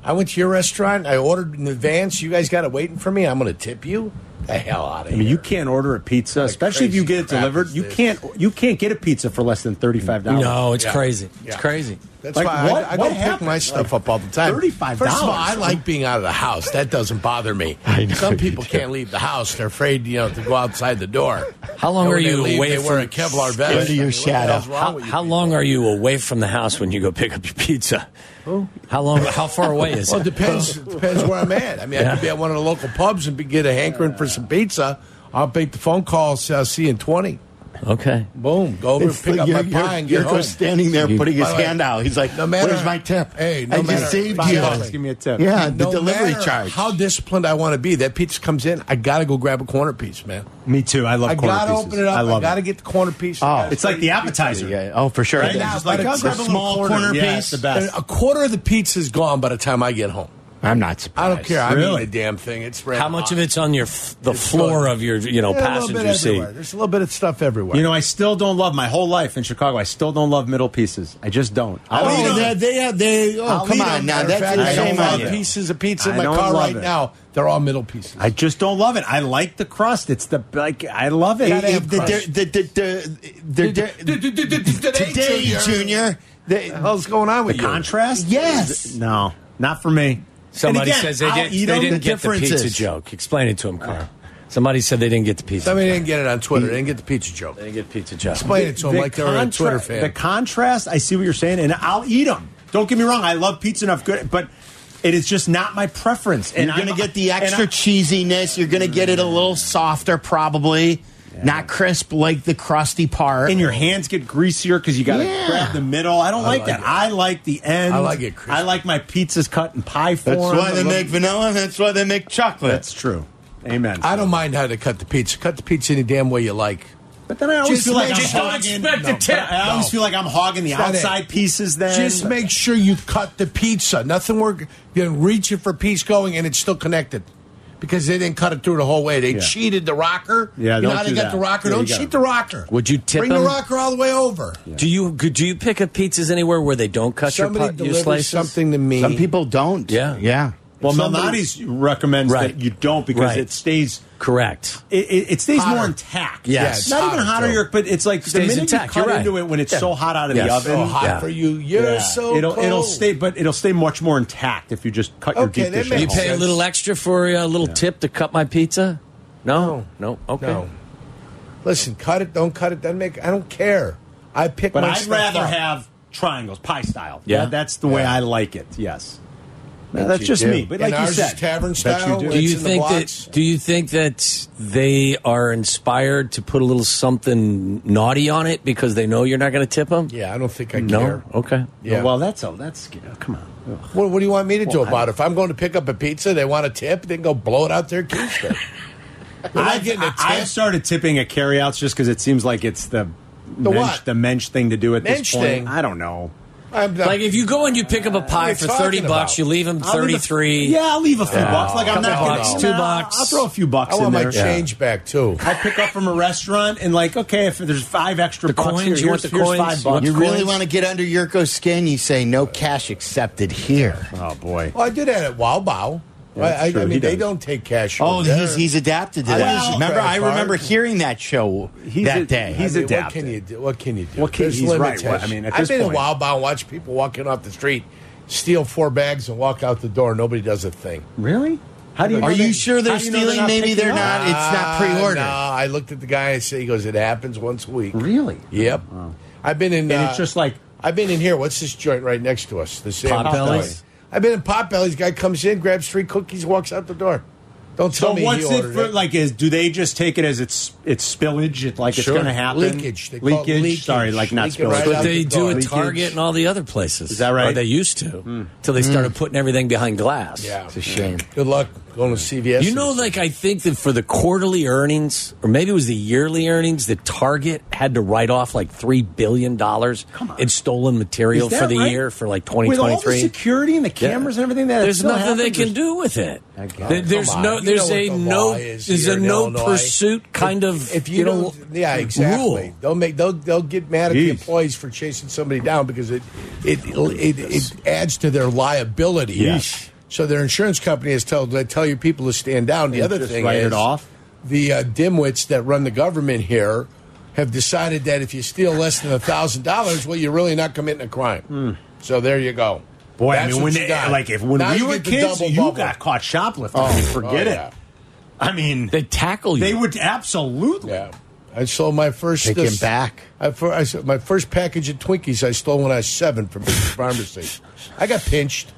S5: I went to your restaurant. I ordered in advance. You guys got it waiting for me. I'm going to tip you. The hell out of
S2: I
S5: here.
S2: mean, you can't order a pizza, especially if you
S5: crazy
S2: get it
S5: crap
S2: delivered.
S5: is
S2: You
S5: this?
S2: can't. You can't get a pizza for less than thirty-five dollars.
S3: No, it's
S5: Yeah.
S3: crazy. It's
S5: Yeah.
S3: crazy.
S5: That's
S2: Like,
S5: why
S2: what-
S5: I, I
S2: what
S5: go pick
S2: happened?
S5: my stuff up all the time.
S2: $35
S5: First of all, I like being out of the house. That doesn't bother me. I know Some people can't leave the house. They're afraid, you know, to go outside the door.
S3: How long
S5: And
S3: are
S5: when they
S3: you
S5: leave,
S3: away
S5: They wear a
S3: from-
S5: Kevlar vest.
S4: Into your
S5: I mean, what the
S4: shadow.
S5: hell's wrong
S3: How,
S5: with you
S3: how
S5: people?
S3: long are you away from the house when you go pick up your pizza? How long? How far away is
S5: Well, it
S3: it?
S5: depends. it depends where I'm at. I mean, I
S3: Yeah.
S5: could be at one of the local pubs and be, get a hankering for some pizza. I'll make the phone call. So I'll see you in twenty.
S3: Okay.
S5: Boom. Go over, pick up my pie, and get
S4: Yurko's
S5: home.
S4: standing there putting his
S5: By the way,
S4: hand out. He's like,
S5: no matter-
S4: "Where's my tip?
S5: Hey, no
S4: I
S5: matter-
S4: just saved
S5: Five
S4: you.
S5: dollars.
S2: Give me a tip.
S4: Yeah, the
S5: No
S4: delivery
S5: matter
S4: charge.
S5: How disciplined I want to be. That pizza comes in. I gotta go grab a corner piece, man.
S2: Me too. I love
S5: I
S2: corner
S5: gotta
S2: pieces.
S5: open it up.
S2: I
S5: I,
S2: love
S5: gotta
S2: it.
S5: get the corner piece.
S4: Oh,
S2: It's like the appetizer.
S4: yeah. Oh, for sure.
S2: Right?
S4: Yeah.
S2: It's just like
S5: But I'll
S2: a
S5: grab a little
S2: small corner,
S5: corner.
S2: Yeah,
S4: piece.
S2: it's the best.
S5: a quarter of the pizza's gone by the time I get home.
S4: I'm not surprised.
S5: I don't care. I
S2: Really?
S5: mean the damn thing. It's red
S3: How much
S5: hot.
S3: of it's on your f- the floor
S5: good.
S3: of your you know
S5: Yeah, a little bit
S3: passenger seat?
S5: everywhere. There's a little bit of stuff everywhere.
S2: You know, I still don't love my whole life in Chicago. I still don't love middle pieces. I just don't. I'll
S4: Oh,
S2: eat 'em.
S4: they, they, they, oh
S5: I'll
S4: come
S5: eat
S4: on
S5: them.
S4: now.
S5: Matter of
S4: That's
S5: fact,
S2: a
S5: I
S4: insane
S5: don't
S2: shame
S5: love
S2: on you.
S5: pieces of pizza in
S2: I
S5: my
S2: don't
S5: car
S2: love
S5: right
S2: it.
S5: now. They're all middle pieces.
S2: I just don't love it. I like the crust. It's the like I love it.
S4: It-
S5: Gotta
S4: it-
S5: have
S4: the-
S5: crust.
S4: the- the- the- the- the- Today, Junior. they-
S5: What's going on with
S2: the
S5: you?
S2: contrast.
S4: Yes.
S2: No, not for me. And
S3: Somebody
S2: again,
S3: says they,
S2: I'll
S3: did,
S2: eat 'em.
S3: they didn't
S4: The
S3: get the
S4: difference
S3: pizza
S4: is-
S3: joke. Explain it to him, Carl. Somebody said they didn't get the pizza.
S5: Somebody didn't get it on Twitter. They didn't get the pizza joke.
S3: they didn't get the pizza joke.
S5: Explain it to them
S2: The
S5: like they're a
S2: contra-
S5: Twitter
S2: The
S5: fan.
S2: contrast, I see what you're saying, and I'll eat them. Don't get me wrong, I love pizza enough good, but it is just not my preference. And
S4: You're going to
S2: I'm-
S4: get the
S2: and
S4: extra
S2: I-
S4: cheesiness. You're going to get it a little softer, probably. Not crisp like the crusty part.
S2: and your hands get greasier because you got to
S4: Yeah.
S2: grab the middle. I don't like,
S5: like
S2: that.
S5: it.
S2: I like the end.
S5: I like it crispy.
S2: I like my pizzas cut in pie form.
S4: that's
S2: I
S4: why they
S2: love-
S4: make vanilla. That's why they make chocolate.
S2: That's true. Amen.
S5: I don't mind how to cut the pizza. Cut the pizza any damn way you like.
S2: But then I always
S5: Just
S2: feel like
S5: make-
S2: I'm
S5: just don't
S2: hogging.
S5: expect a
S2: but
S5: tip.
S2: I always
S5: No.
S2: feel like I'm hogging the
S5: It's not it.
S2: outside pieces. Then
S5: Just make sure you cut the pizza. Nothing we're you know, reaching for piece going and it's still connected. Because they didn't cut it through the whole way. They
S2: Yeah.
S5: cheated the rocker.
S2: Yeah,
S5: you know
S2: don't
S5: how they
S2: do
S5: got
S2: that.
S5: the rocker.
S2: Yeah, you
S5: don't
S2: gotta-
S5: cheat the rocker.
S3: Would you tip
S5: Bring
S3: them?
S5: the rocker all the way over.
S3: Do you do you pick up pizzas anywhere where they don't cut your,
S5: Somebody
S3: pu- your
S5: delivers
S3: slices?
S5: something to me.
S4: Some people don't.
S3: Yeah.
S4: Yeah.
S2: Well,
S4: Somebody-
S2: Melnati's recommends
S3: Right.
S2: that you don't because
S3: Right.
S2: it stays.
S3: Correct.
S2: It, it, it stays
S5: Hotter.
S2: more intact.
S3: Yes.
S5: Yeah, it's
S2: not even
S5: hotter,
S2: hotter,
S5: too.
S2: York, but it's like the
S3: Stays
S2: minute
S3: intact,
S2: you
S3: you're
S2: cut
S3: right.
S2: into it when it's
S3: Yeah.
S2: so hot out of
S3: Yes.
S2: the oven.
S5: so Oh, hot
S3: Yeah.
S5: for you. You're
S2: yeah,
S5: so
S2: it'll it'll
S5: cold.
S2: stay, but it'll stay much more intact if you just cut
S5: Okay,
S2: your deep
S5: that
S2: dish.
S5: makes
S3: You
S5: Yeah.
S3: pay a little extra for a little tip to cut my pizza? No, no, okay.
S5: No. Listen, cut it. Don't cut it. Doesn't make. I don't care. I pick.
S2: But
S5: my
S2: I'd
S5: stuff
S2: rather
S5: up.
S2: have triangles, pie style.
S3: Yeah.
S2: That- that's the way
S5: Yeah.
S2: I like it. Yes, Now, that's
S5: you
S2: just
S5: do.
S2: me. But
S5: And
S2: like you
S5: ours
S2: said,
S5: is tavern
S2: Bet
S5: style.
S2: You
S3: Do
S5: It's
S2: do.
S3: you
S5: in the
S3: think
S5: blocks.
S3: that? Do you think that they are inspired to put a little something naughty on it because they know you're not going to tip them?
S5: Yeah, I don't think I
S3: No.
S5: care.
S3: Okay.
S5: Yeah.
S2: Oh, Well, that's a that's you know, come on. Ugh.
S5: What, what do you want me to do
S2: Well, I-
S5: about it? If I'm going to pick up a pizza, they want a tip, then go blow it out their keister. You're not
S2: I've,
S5: getting a tip.
S2: I've started tipping at carryouts just because it seems like it's the
S5: The
S2: mensch,
S5: what?
S2: the mensch thing to do at this
S5: Mensch
S2: point.
S5: thing?
S2: I don't know.
S5: I'm not-
S3: Like if you go and you pick up a
S5: are
S3: pie
S5: you
S3: for thirty
S5: talking
S3: bucks,
S5: about?
S3: you leave them
S2: I'll leave a-
S3: thirty three.
S2: yeah, I'll leave a few Uh, bucks. Like I'm
S5: Couple
S2: not gonna-
S5: bucks,
S2: you
S3: two
S2: know,
S3: bucks.
S2: I'll throw a few bucks
S5: I
S2: in
S5: want my
S2: there.
S5: change back too.
S2: I pick up from a restaurant and like, okay, if there's five extra
S3: The
S2: bucks
S3: coins,
S2: here,
S3: you want
S2: here's-
S3: the
S2: here's
S3: coins?
S2: five
S3: You want
S2: bucks.
S4: You really want to get under Yurko's skin? You say no cash accepted here.
S2: Oh boy.
S5: Well, I do that at Wow Bow.
S2: Yeah,
S5: I,
S2: that's
S5: I,
S2: true.
S5: I mean,
S2: He
S5: they
S2: does.
S5: don't take cash.
S4: Oh,
S5: over there.
S4: he's he's adapted to
S5: I
S4: that.
S5: use
S4: remember,
S5: credit
S4: I remember
S5: card.
S4: hearing that show
S2: He's
S4: that
S2: a-
S4: day.
S2: he's
S5: I mean, What
S2: adapted.
S5: can you do? What can you do?
S2: What can-
S5: There's
S2: he's right.
S5: limitations.
S2: What- I mean, at
S5: I've
S2: this
S5: been
S2: point-
S5: to Wow Bow and watch people walking off the street, steal four bags and walk out the door. Nobody does a thing.
S2: Really? How do you? know
S4: Are you
S2: that-
S4: sure they're
S2: how do you know
S4: stealing? Maybe
S2: picking
S4: they're
S2: up?
S4: not. It's not
S5: Ah,
S4: pre-ordered.
S5: No, I looked at the guy and said, he goes, it happens once a week.
S2: Really?
S5: Yep. I've been
S2: And
S5: in. uh,
S2: it's just like-
S5: I've been in here. What's this joint right next to us? The same
S3: Potbelly's?
S5: I've been in Potbelly's. Guy comes in, grabs three cookies, walks out the door. Don't tell
S2: So
S5: me
S2: what's
S5: he
S2: it
S5: ordered
S2: for? Like, is do they just take it as it's it's spillage? It, like it's
S5: Sure.
S2: going to happen?
S5: Leakage. They call it
S2: leakage.
S5: leakage.
S2: Sorry, like not
S5: Leak it
S2: spillage.
S5: right
S3: But
S5: out
S3: they
S5: the
S3: do at
S5: door.
S3: Target and all the other places.
S2: Is that right?
S3: Or they used to, till they started putting everything behind glass.
S5: Hmm. Yeah.
S4: It's a shame.
S5: Good luck going to CVS.
S3: You know, like I think that for the quarterly earnings, or maybe it was the yearly earnings, that Target had to write off like three billion dollars in stolen
S2: Is
S3: material
S2: that
S3: for the
S2: right?
S3: year for like twenty
S2: With all
S3: twenty
S2: the
S3: three.
S2: security and the cameras and everything, that
S3: There's
S2: still
S3: nothing they
S2: happens?
S3: can do with it.
S2: I get it.
S3: There- There's
S5: Come on,
S3: no.
S5: you
S3: There's
S5: know
S3: a
S5: what the
S3: no.
S5: law is
S3: There's
S5: here
S3: a
S5: in
S3: no
S5: Illinois.
S3: pursuit kind of.
S5: If you,
S3: know,
S5: don't, yeah, exactly.
S3: Rule.
S5: They'll make they'll they'll get mad at the
S2: Jeez.
S5: employees for chasing somebody down because it it it, it, it adds to their liability.
S2: Yes.
S5: So their insurance company is tell they tell your people to stand down. The
S2: And
S5: other
S2: just
S5: thing
S2: write it
S5: is
S2: off?
S5: the uh, dimwits that run the government here have decided that if you steal less than a thousand dollars, well, you're really not committing a crime. So there you go.
S2: Hmm. Boy, I
S5: That's
S2: mean,
S5: what
S2: when
S5: you
S2: they,
S5: got.
S2: like if when
S5: Now
S2: we
S5: you
S2: were
S5: get the
S2: kids,
S5: double
S2: you
S5: bubble.
S2: got caught shoplifting. forget
S5: oh,
S2: it.
S5: yeah.
S2: I mean,
S3: they tackle you.
S2: they would absolutely.
S5: Yeah. I sold my first.
S4: Take him back.
S5: I, fir- I sold my first package of Twinkies I stole when I was seven from the pharmacy. I got pinched.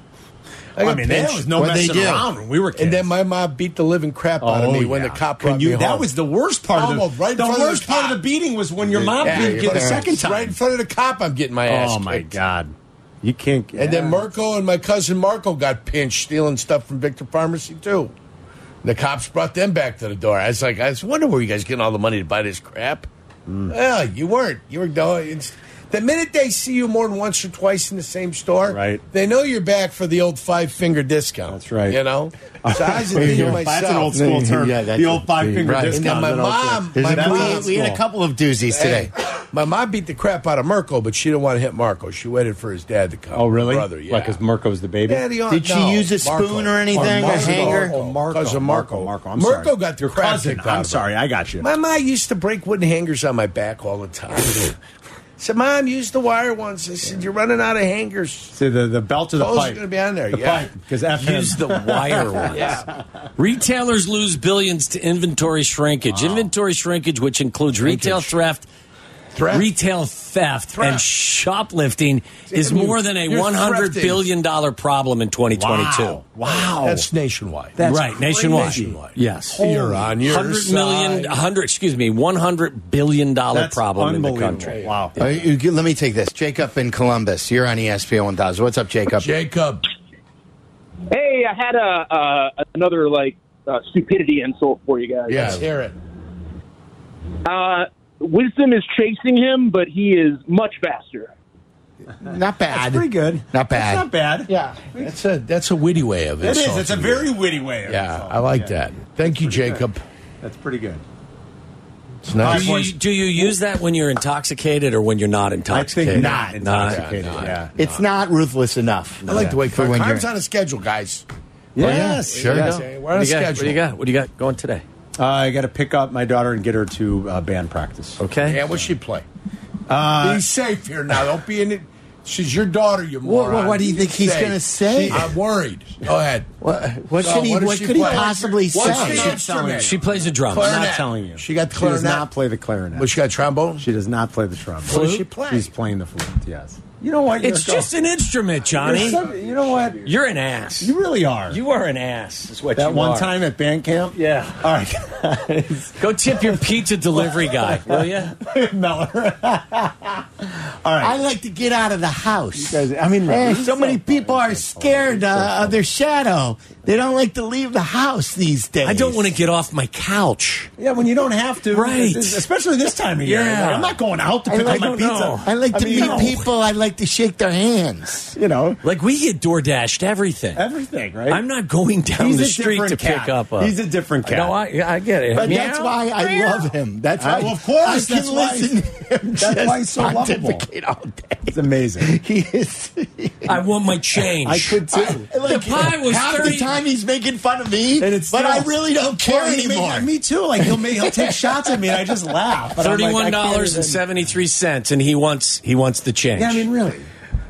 S5: I,
S2: I,
S5: got
S2: mean,
S5: pinched.
S2: there was no
S4: What'd they
S2: messing
S4: do?
S2: around when we were kids.
S5: And then my mom beat the living crap out of me when the
S2: Oh, yeah.
S5: cop
S2: Can
S5: brought
S2: you-
S5: me home.
S2: That was the worst part of
S5: Almost
S2: the,
S5: right in
S2: the
S5: front of the
S2: worst part of
S5: cop.
S2: the beating was when your mom
S5: Yeah,
S2: beat
S5: in
S2: you the
S5: front of-
S2: second time.
S5: Right in front of the cop, I'm getting my ass.
S2: oh my
S5: kicked.
S2: god, you can't.
S5: And then Mirko and my cousin Marco got pinched stealing stuff from Victor Pharmacy too. The cops brought them back to the door. I was like, I was wondering where you guys getting all the money to buy this crap.
S2: Mm.
S5: Well, you weren't. You were doing. It's, the minute they see you more than once or twice in the same store,
S2: Right.
S5: They know you're back for the old five finger discount.
S2: That's right.
S5: You know. So I was thinking to myself.
S2: That's an old school
S4: Yeah,
S2: term.
S4: yeah, that's
S2: the old
S4: a-
S2: five finger
S4: right.
S2: discount.
S5: And
S2: is
S5: then my
S2: an old term.
S5: mom-
S4: There's
S5: My
S4: a-
S5: mom's
S4: we, we had a
S2: cool.
S4: couple of doozies today.
S5: Hey, my mom beat the crap out of Mirko, but she didn't want to hit Marco. She waited for his dad to come.
S2: Oh really?
S5: Her brother, yeah.
S2: Like, because Mirko's the baby.
S5: Yeah, the-
S4: Did she
S5: no,
S4: use a
S5: Marco.
S4: spoon or anything?
S2: Or
S4: a
S2: Marco.
S4: hanger?
S2: Oh, Marco.
S5: Cousin Marco.
S2: Marco. I'm
S5: Marco
S2: sorry.
S5: got the
S2: Your
S5: crap
S2: cousin.
S5: kicked out
S2: I'm
S5: of him.
S2: sorry. I got you.
S5: My mom used to break wooden hangers on my back all the time. said, Mom, use the wire ones. I said, You're running out of hangers.
S2: See the the belt of the
S5: Those are
S2: pipe.
S5: going to be on there.
S2: The
S5: yeah.
S2: pipe. Because F him.
S3: Use the wire ones. Retailers lose billions to inventory shrinkage. Inventory shrinkage, which includes retail theft,
S5: Threat.
S3: retail theft, and shoplifting, is
S5: I mean,
S3: more than a
S5: you're
S3: one hundred
S5: thrifting.
S3: billion dollar problem in twenty twenty two.
S2: Wow. Wow.
S5: That's nationwide.
S2: That's
S3: right,
S2: crazy.
S3: nationwide. Yes,
S5: You're on your
S3: hundred million,
S5: side.
S3: hundred excuse me, one hundred billion dollar
S2: That's
S3: problem in the
S2: unbelievable.
S3: country.
S2: Wow.
S4: Uh, you- you- let me take this. Jacob in Columbus. You're on E ESPN 1000. What's up, Jacob?
S5: Jacob.
S10: Hey, I had a uh, another like uh, stupidity insult for you guys.
S5: Yes, hear it.
S10: Uh, Wisdom is chasing him, but he is much faster.
S4: Not bad.
S2: That's pretty good.
S4: Not bad.
S2: That's not bad.
S5: Yeah. That's a, that's a witty way of it.
S2: It is. It's a very witty way. Of
S5: Yeah,
S2: insulting.
S5: I like
S2: Yeah.
S5: that. Thank you, Jacob.
S2: That's pretty good.
S5: It's nice.
S3: Do you, do you use that when you're intoxicated or when you're not
S2: I
S3: intoxicated?
S2: think not
S3: Not.
S2: intoxicated. Yeah.
S4: It's not ruthless enough.
S5: I like the way
S4: For
S5: Carmen.
S4: when
S5: Carmen's
S4: you're-
S5: on a schedule, guys.
S2: Yes.
S4: Sure.
S2: Yes.
S5: Okay, we're
S3: What
S5: on
S3: do
S5: a
S3: you got?
S5: schedule.
S3: What do you got? What do you got going today?
S2: Uh, I got to pick up my daughter and get her to uh, band practice.
S3: Okay.
S5: Yeah, what's she play? Uh, be safe here now. Don't be in it. She's your daughter, you
S4: What-
S5: moron.
S4: what do you
S5: Be
S4: think he's
S5: safe.
S4: gonna say?
S5: She- I'm worried. Go ahead.
S4: What, what
S5: Oh,
S4: could he,
S5: what
S4: what
S5: does she
S4: could he
S5: play?
S4: possibly
S5: What's
S4: say?
S5: she
S2: She's
S5: not telling
S2: instrument?
S3: She plays the drums.
S2: I'm
S5: Clarinet.
S2: not telling you.
S5: She got the
S2: She does
S5: clarinet.
S2: not play the clarinet.
S5: But she got trombone.
S2: She does not play the trumpet.
S5: What does she play?
S2: She's playing the flute. Yes. You know what?
S3: It's
S2: You're
S3: just an instrument,
S2: You're
S3: Johnny.
S2: some- you know what? You
S3: You're an ass.
S2: really are.
S3: You are an ass. Is what
S2: that
S3: you
S2: one
S3: are.
S2: time at band camp.
S3: Yeah.
S2: All right.
S3: Go tip your pizza delivery guy, will you?
S2: Miller. All
S4: I
S2: right.
S4: like to get out of the house.
S2: guys- I mean,
S4: Eh,
S2: you're
S4: so,
S2: so
S4: many
S2: funny.
S4: people are scared uh, of their shadow. They don't like to leave the house these days.
S3: I don't want to get off my couch.
S2: Yeah, when you don't have to,
S3: Right.
S2: Especially this time of year.
S3: Yeah.
S2: Like, I'm not going out to
S4: I
S2: pick
S4: like-
S2: up my
S4: I don't
S2: pizza.
S3: know.
S4: I like to
S2: mean,
S4: meet
S2: no.
S4: people. I like to shake their hands.
S2: You know,
S3: Like we get door dashed everything.
S2: everything, right?
S3: I'm not going down
S2: He's
S3: the
S2: a
S3: street to
S2: different cat.
S3: pick up. A,
S2: He's a different cat.
S3: No, I, I get it.
S4: But
S3: Meow.
S4: that's why I love him. That's why.
S2: I- well, of course,
S4: I can
S2: that's why-
S4: listen to him.
S2: that's
S4: just
S2: why he's so lovable.
S4: pontificate all day.
S2: It's amazing.
S4: He is.
S3: I want my change.
S2: I could too.
S4: Like,
S3: pie was
S4: half
S3: 30
S4: the time he's making fun of me,
S2: And it's
S4: but
S2: still-
S4: I really don't care
S2: Or he may-
S4: anymore.
S2: me too. Like he'll make, he'll take shots at me, and I just laugh. But I'm like, I
S3: Thirty-one
S2: can't
S3: dollars
S2: even-
S3: and seventy-three cents, and he wants he wants the change.
S2: Yeah, I mean, really.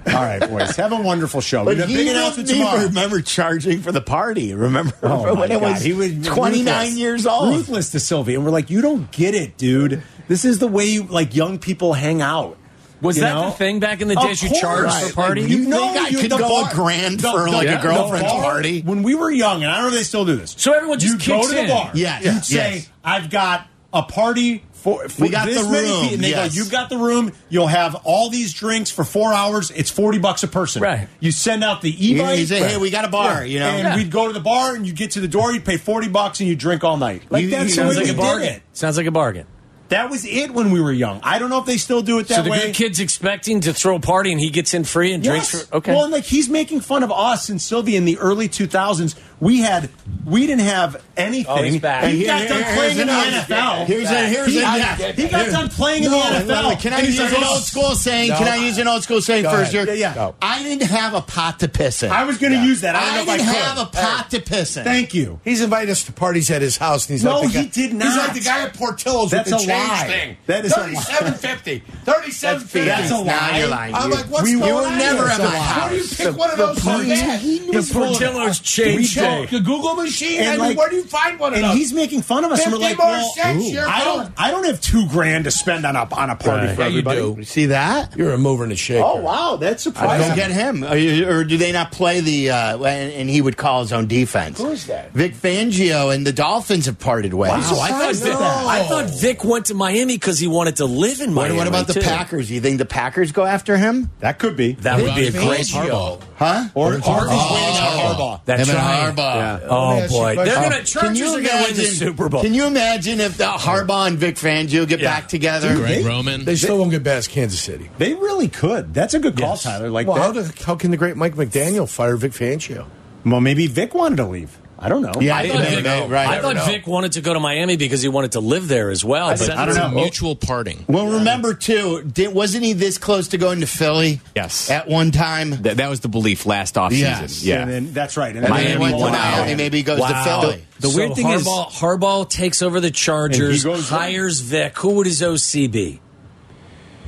S2: All right, boys. Have a wonderful show. we
S4: But
S2: got a
S4: he
S2: big
S4: didn't
S2: announcement
S4: even
S2: tomorrow.
S4: remember charging for the party. Remember
S2: Oh
S4: when
S2: my
S4: it
S2: God.
S4: was,
S2: He was
S4: 29
S2: ruthless.
S4: years old?
S2: Ruthless to Sylvie. And we're like, you don't get it, dude. This is the way you, like young people hang out.
S3: Was
S2: You
S3: that
S2: know?
S3: the thing back in the
S2: Of
S3: days you charged
S2: course.
S3: for party?
S4: You think I could
S2: the
S4: go a grand for, like, a
S2: the
S4: girlfriend's
S2: bar-
S4: party?
S2: When we were young, and I don't know if they still do this.
S3: So everyone just
S2: you go
S3: kicks
S2: to the
S3: in.
S2: bar.
S4: Yes,
S2: You
S4: yes.
S2: say, I've got a party for, for
S4: We got
S2: this
S4: the
S2: many
S4: room,
S2: people. And they
S4: yes.
S2: go, you've got the room. You'll have all these drinks for four hours. It's 40 bucks a person.
S3: Right.
S2: You send out the e-bike.
S4: you say, hey, we got a bar, you know?
S2: And
S4: Yeah.
S2: we'd go to the bar, and you get to the door, you pay 40 bucks, and you drink all night. Like,
S4: You-
S2: that's the
S4: sounds
S2: way
S4: like
S2: we
S4: a
S2: did
S3: bargain.
S2: it.
S3: Sounds like a bargain.
S2: That was it when we were young. I don't know if they still do it that
S3: so the
S2: way.
S3: good kid's expecting to throw a party and he gets in free and drinks.
S2: Yes.
S3: For, okay.
S2: Well, and like he's making fun of us and Sylvia in the early 2000s. We had, we didn't have anything.
S3: Oh, he's back.
S2: He
S4: Here-
S2: got
S4: here-
S2: done
S4: here's
S2: playing in the
S4: another-
S2: NFL.
S4: Here's a- here's
S2: he,
S4: a-
S2: got- he got done playing
S4: No,
S2: in the NFL.
S4: Can I
S2: and he's
S4: use an
S2: like,
S4: old school saying?
S5: No.
S4: Can I use an old school saying
S5: Go
S4: first
S5: ahead.
S4: year?
S2: Yeah, yeah.
S5: No.
S4: I didn't have a pot to piss in.
S2: I was going to use that. I don't
S4: I
S2: know if
S4: didn't
S2: I could.
S4: have a pot to piss in.
S2: Thank you.
S5: He's invited us to parties at his house, and he's
S2: No,
S5: like the guy,
S2: he did
S5: He's
S2: not.
S5: like the guy at Portillo's
S2: That's
S5: with the
S2: a
S5: change
S2: lie.
S5: thing.
S2: That is a lie.
S5: thirty-seven fifty. Thirty-seven fifty.
S2: That's a lie.
S4: Now you're lying.
S5: I'm
S4: You-
S5: like, what's
S4: we
S5: going
S4: were
S5: on
S4: never
S5: here?
S4: at my
S5: How do you
S4: house.
S5: pick one of those from that?
S3: the Portillo's change
S5: Check
S3: day.
S5: The Google machine.
S2: And
S5: I mean,
S2: like-
S5: where do you find one of
S2: And
S5: those?
S2: he's making fun of us. And we're
S5: 50
S2: like,
S5: more
S2: well,
S5: cents, you're
S2: I don't,
S5: gone.
S2: I don't have two grand to spend on a on a party
S3: Right.
S2: for
S3: Yeah, you
S2: everybody.
S5: do.
S4: See that?
S5: You're a mover and a shaker.
S2: Oh wow, that's surprising.
S4: Go get him. Or, you- or do they not play the? Uh, and, and he would call his own defense.
S5: Who's that?
S4: Vic Fangio and the Dolphins have parted ways.
S2: I
S3: Oh, I
S2: thought
S3: thought, I thought Vic went to Miami because he wanted to live in
S4: What,
S3: Miami.
S4: what about the
S3: too.
S4: Packers? You think the Packers go after him?
S2: That could be.
S3: That would be a
S5: Fangio.
S3: great party.
S4: Huh?
S2: Or, or he's waiting on
S4: Harbaugh.
S2: Harbaugh.
S3: That
S4: Him and
S3: triangle.
S4: Harbaugh.
S5: Let me
S3: Oh
S5: ask you
S3: boy,
S5: a question.
S3: they're
S5: Oh,
S3: gonna Chargers are gonna win the Super Bowl.
S4: Can you imagine if the Harbaugh and Vic Fangio get
S3: Yeah.
S4: back together?
S2: Greg
S9: Roman.
S5: They still won't get past Kansas City.
S2: They really could. That's a good call,
S3: Yes.
S2: Tyler. Like
S5: well, how,
S2: that.
S5: the- how can the great Mike McDaniel fire Vic Fangio?
S2: well, maybe Vic wanted to leave. I don't know.
S4: Yeah, I
S3: I
S4: didn't
S3: thought,
S4: never
S3: Vic,
S4: know. Right.
S3: I thought
S5: Never know.
S3: Vic wanted to go to Miami because he wanted to live there as well. but
S9: I don't
S2: don't know.
S9: know. Mutual parting.
S4: Well, remember too, did, wasn't he this close to going to Philly?
S8: Yes.
S4: At one time,
S8: That, that was the belief last offseason.
S4: Yes.
S8: Yeah.
S2: And then, that's right. And
S4: and
S8: Miami
S4: then he went to
S8: won out.
S4: Miami. Maybe he goes to Philly.
S3: The
S8: So
S3: weird thing
S8: Harbaugh-
S3: is Harbaugh takes over the Chargers,
S2: goes there.
S3: hires Vic. Who would his OC be?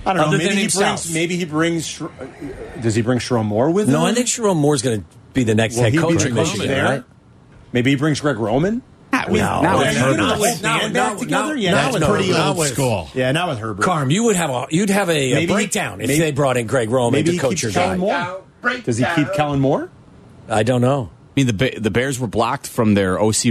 S2: I don't know.
S3: Other
S2: Maybe
S3: than
S2: he
S3: himself.
S2: brings. Maybe he brings. Sh- uh, Does he bring Sharon Moore with him?
S3: No, I think Sharon Moore's going to be the next
S2: Will
S3: head
S2: he be
S3: coach
S2: the
S3: in
S2: coach
S3: Michigan,
S2: there?
S3: right?
S2: Maybe he brings Greg Roman.
S8: Not with-
S3: No.
S8: not with
S3: Yeah,
S2: you
S8: Herbert.
S2: know,
S3: Now-
S2: with
S3: now-
S2: Stand
S3: now-
S2: back together?
S3: now-
S2: Yeah,
S3: now
S2: with
S3: it's
S2: Herbert.
S4: pretty
S2: Now
S4: old
S2: with-
S4: school.
S2: Yeah, not with Herbert.
S3: Carm, you would have a you'd have a, uh,
S2: Maybe-
S3: breakdown if
S2: maybe-
S3: they brought in Greg Roman
S2: maybe
S3: to
S2: he
S3: coach
S2: keeps
S3: your
S2: Kellen
S3: guy.
S2: Moore. Does he keep Kellen Moore?
S3: I don't know.
S8: I mean, the, Ba- the Bears were blocked from their OC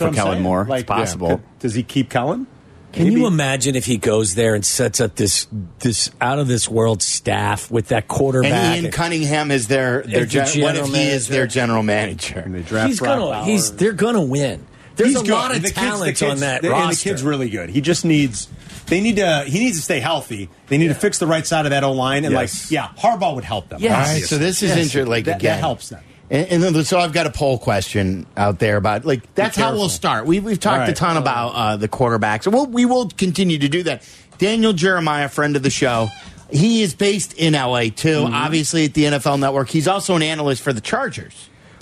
S2: That's what
S8: for
S2: I'm
S8: Kellen
S2: saying.
S8: Moore.
S2: Like,
S8: it's possible.
S2: yeah. Does he keep Kellen?
S3: Can
S2: Maybe.
S3: you imagine if he goes there and sets up this this out of this world staff with that quarterback?
S4: And Ian Cunningham is their their
S3: the
S4: gen- what if
S3: general
S4: he is
S3: manager.
S4: their general manager?
S2: They draft
S3: he's
S2: Brock
S3: gonna
S2: Bowers.
S3: he's they're gonna win. There's
S2: He's
S3: a
S2: good.
S3: lot of
S2: The kids- the
S3: talent
S2: kids-
S3: on that
S2: the-
S3: roster.
S2: And the kid's really good. He just needs they need to he needs to stay healthy. They need to fix the right side of that O line and like
S8: Yes.
S2: yeah, Harbaugh would help them.
S3: Yes.
S4: All right, so this is interesting. Like
S2: That- that
S4: again,
S2: helps them.
S4: And, and then- so I've got a poll question out there about like that's how we'll
S2: careful.
S4: start. We, we've talked
S2: All
S4: a
S2: right.
S4: ton about uh, the quarterbacks. We'll, we will continue to do that. Daniel Jeremiah, friend of the show, he is based in LA too.
S2: Mm-hmm.
S4: Obviously at the NFL Network, he's also an analyst for the Chargers.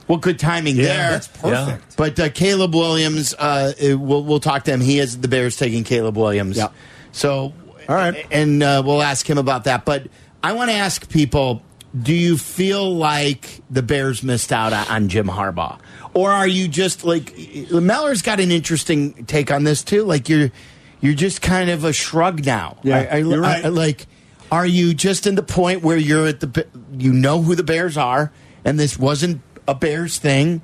S4: Well, good timing there.
S2: that's perfect.
S4: But uh, Caleb Williams, uh, uh, we'll, we'll talk to him. He is the Bears taking Caleb Williams.
S2: Yeah.
S4: So,
S2: All right.
S4: and uh, we'll ask him about that. But I want to ask people: Do you feel like the Bears missed out on- on Jim Harbaugh, or are you just like Meller's got an interesting take on this too? Like you're you're just kind of a shrug now.
S2: Yeah,
S4: I, I-
S2: you're right.
S4: I- like, are you just in the point where you're at the Be- you know who the Bears are, and this wasn't a Bears thing,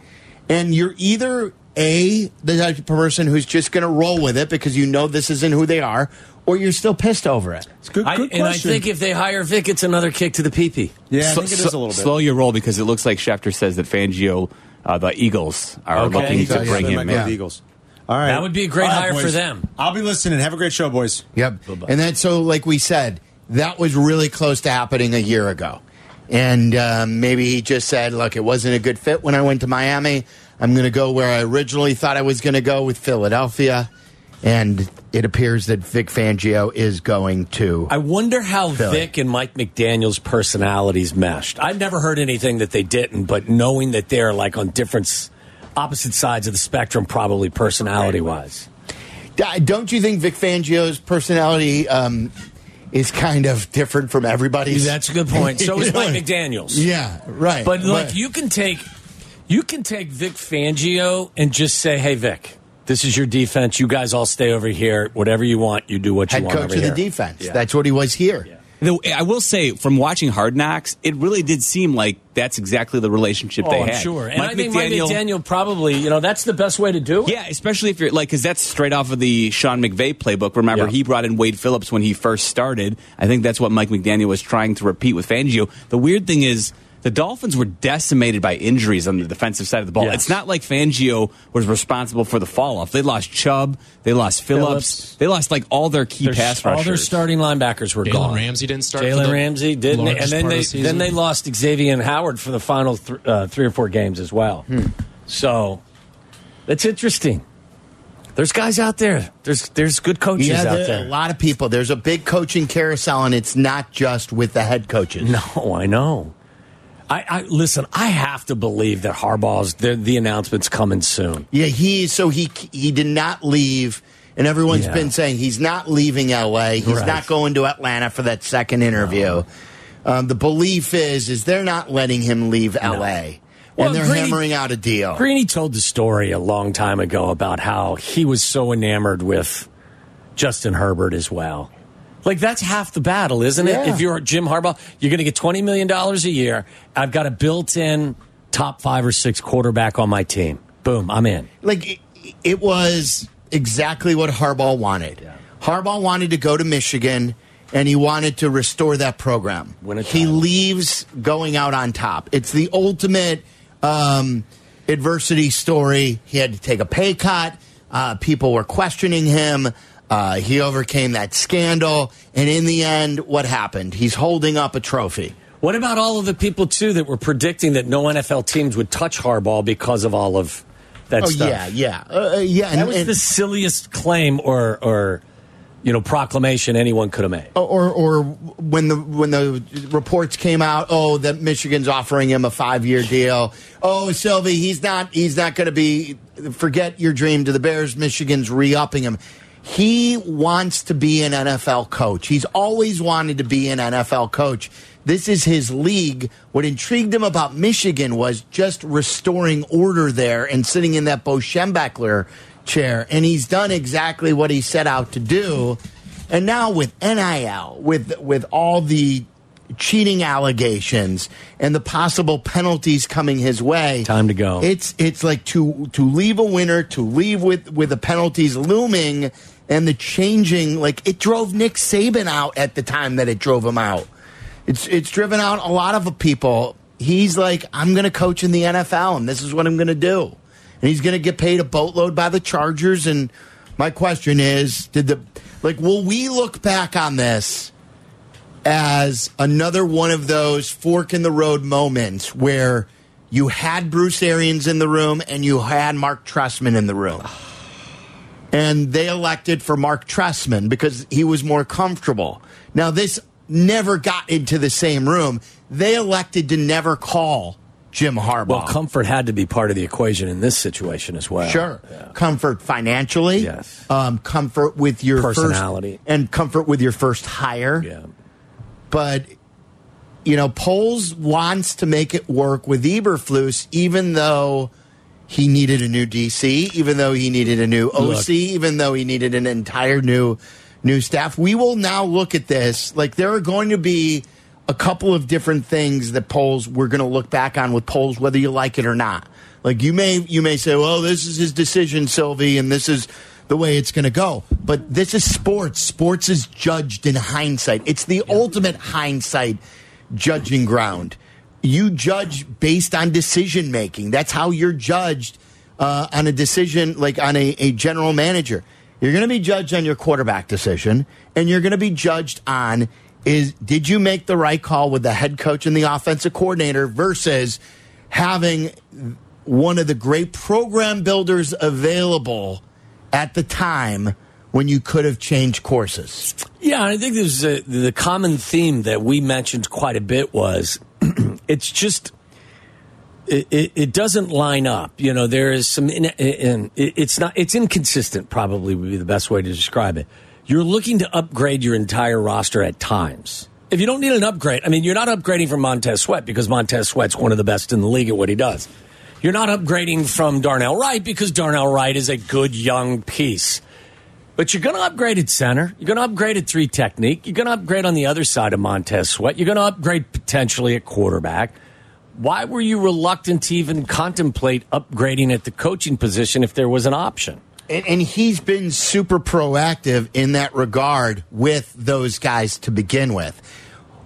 S4: and you're either a the type of person who's just going to roll with it because you know this isn't who they are, or you're still pissed over it.
S2: It's good, good
S3: I,
S2: question.
S3: and I think if they hire Vic, it's another kick to the peepee.
S2: yeah, I
S8: Sl-
S2: think it
S8: sl-
S2: is a little bit.
S8: Slow your roll because it looks like Schefter says that Fangio, uh, the Eagles, are
S3: Okay.
S8: looking
S2: Yeah,
S8: to
S2: yeah,
S8: bring
S2: they might go with
S8: him
S2: the
S8: in.
S2: Eagles. All right.
S3: That would be a great
S2: All right,
S3: hire for
S2: boys.
S3: them.
S2: I'll be listening. Have a great show, boys.
S4: Yep. And then, so like we said, that was really close to happening a year ago. And um, maybe he just said, look, it wasn't a good fit when I went to Miami. I'm going to go where I originally thought I was going to go with Philadelphia. And it appears that Vic Fangio is going to.
S3: I wonder how
S4: Philly.
S3: Vic and Mike McDaniel's personalities meshed. I've never heard anything that they didn't, but knowing that they're like on different s- opposite sides of the spectrum, probably personality wise.
S4: D- Don't you think Vic Fangio's personality um, is kind of different from everybody's.
S3: That's a good point. So is
S4: You know?
S3: Mike McDaniels.
S4: Yeah, right.
S3: But like you can take you can take Vic Fangio and just say, "Hey Vic, this is your defense. You guys all stay over here. Whatever you want, you do what you
S4: head
S3: want
S4: coach
S3: over
S4: of the
S3: here."
S4: defense. That's what he was here.
S8: Though I will say, from watching Hard Knocks, it really did seem like that's exactly the relationship they
S3: Oh, I'm
S8: had.
S3: sure. And I think Mike McDaniel probably, you know, that's the best way to do it.
S8: Yeah, especially if you're like, because that's straight off of the Sean McVay playbook. Remember,
S3: Yeah.
S8: he brought in Wade Phillips when he first started. I think that's what Mike McDaniel was trying to repeat with Fangio. The weird thing is, the Dolphins were decimated by injuries on the defensive side of the ball.
S3: Yes.
S8: It's not like Fangio was responsible for the fall off. They lost Chubb, they lost Phillips,
S3: Phillips.
S8: they lost like all their key pass
S3: all
S8: rushers.
S3: their starting linebackers were
S9: Jalen
S3: gone.
S9: Ramsey didn't start. for
S3: Jalen
S9: the
S3: Ramsey didn't, they? and
S9: largest
S3: then
S9: part of
S3: they
S9: the
S3: then
S9: season.
S3: they lost Xavier and Howard for the final th- uh, three or four games as well.
S4: Hmm.
S3: So that's interesting. There's guys out there. There's there's good coaches
S4: Yeah,
S3: out
S4: there-
S3: there.
S4: a lot of people. There's a big coaching carousel, and it's not just with the head coaches.
S3: No, I know. I, I listen. I have to believe that Harbaugh's the, the announcement's coming soon.
S4: Yeah, he so he he did not leave, and everyone's
S3: Yeah.
S4: been saying he's not leaving L.A. He's
S3: Right.
S4: not going to Atlanta for that second interview. Um, the belief is is they're not letting him leave L.A.
S3: Well,
S4: and they're
S3: Greeny-
S4: hammering out a deal.
S3: Greeny told the story a long time ago about how he was so enamored with Justin Herbert as well. Like that's half the battle, isn't it?
S4: Yeah.
S3: If you're Jim Harbaugh, you're going to get twenty million dollars a year. I've got a built-in top five or six quarterback on my team. Boom, I'm in.
S4: like it, it was exactly what Harbaugh wanted. Harbaugh wanted to go to Michigan and he wanted to restore that program.
S3: Win a
S4: he
S3: title.
S4: leaves going out on top. It's the ultimate um, adversity story. He had to take a pay cut. Uh, people were questioning him. Uh, he overcame that scandal. And in the end, what happened? He's holding up a trophy.
S3: What about all of the people too that were predicting that no NFL teams would touch Harbaugh because of all of that
S4: Oh,
S3: stuff?
S4: yeah, yeah. Uh, uh, yeah. And,
S3: That was
S4: and-
S3: the silliest claim or or you know proclamation anyone could have made.
S4: or or when the when the reports came out, oh, that Michigan's offering him a five year deal. Oh, Sylvie, he's not he's not going to be. Forget your dream to the Bears. Michigan's re upping him. He wants to be an NFL coach. He's always wanted to be an NFL coach. This is his league. What intrigued him about Michigan was just restoring order there and sitting in that Bo Schembechler chair. And he's done exactly what he set out to do. And now with NIL, with with all the cheating allegations and the possible penalties coming his way,
S3: Time to go.
S4: It's it's like to to leave a winner, to leave with with the penalties looming and the changing. Like it drove Nick Saban out at the time that it drove him out. It's it's driven out a lot of people. He's like, I'm going to coach in the NFL, and this is what I'm going to do, and he's going to get paid a boatload by the Chargers. And my question is, did the like will we look back on this as another one of those fork in the road moments where you had Bruce Arians in the room and you had Mark Trussman in the room? and they elected for Mark Tressman because he was more comfortable. Now, this never got into the same room. They elected to never call Jim Harbaugh.
S3: Well, comfort had to be part of the equation in this situation as well.
S4: Sure. Comfort financially.
S3: Yes.
S4: Um, comfort with your first-
S3: Personality.
S4: and comfort with your first hire.
S3: Yeah.
S4: But, you know, Poles wants to make it work with Eberflus, even though he needed a new DC, even though he needed a new OC,
S3: Look.
S4: even though he needed an entire new new staff. We will now look at this. Like there are going to be a couple of different things that polls we're going to look back on with polls, whether you like it or not. Like you may you may say, well, this is his decision, Sylvie, and this is the way it's going to go. But this is sports. Sports is judged in hindsight. It's the ultimate hindsight judging ground. You judge based on decision making. That's how you're judged uh, on a decision, like on a, a general manager. You're going to be judged on your quarterback decision, and you're going to be judged on is did you make the right call with the head coach and the offensive coordinator versus having one of the great program builders available at the time when you could have changed courses.
S3: Yeah, and I think there's a, the common theme that we mentioned quite a bit was it's just it, it, it doesn't line up. You know, there is some in, in, it- it's not it's inconsistent. Probably would be the best way to describe it. you're looking to upgrade your entire roster at times. If you don't need an upgrade, I mean, you're not upgrading from Montez Sweat because Montez Sweat's one of the best in the league at what he does. You're not upgrading from Darnell Wright because Darnell Wright is a good young piece. But you're going to upgrade at center. You're going to upgrade at three technique. You're going to upgrade on the other side of Montez Sweat. You're going to upgrade potentially at quarterback. Why were you reluctant to even contemplate upgrading at the coaching position if there was an option?
S4: And, and he's been super proactive in that regard with those guys to begin with.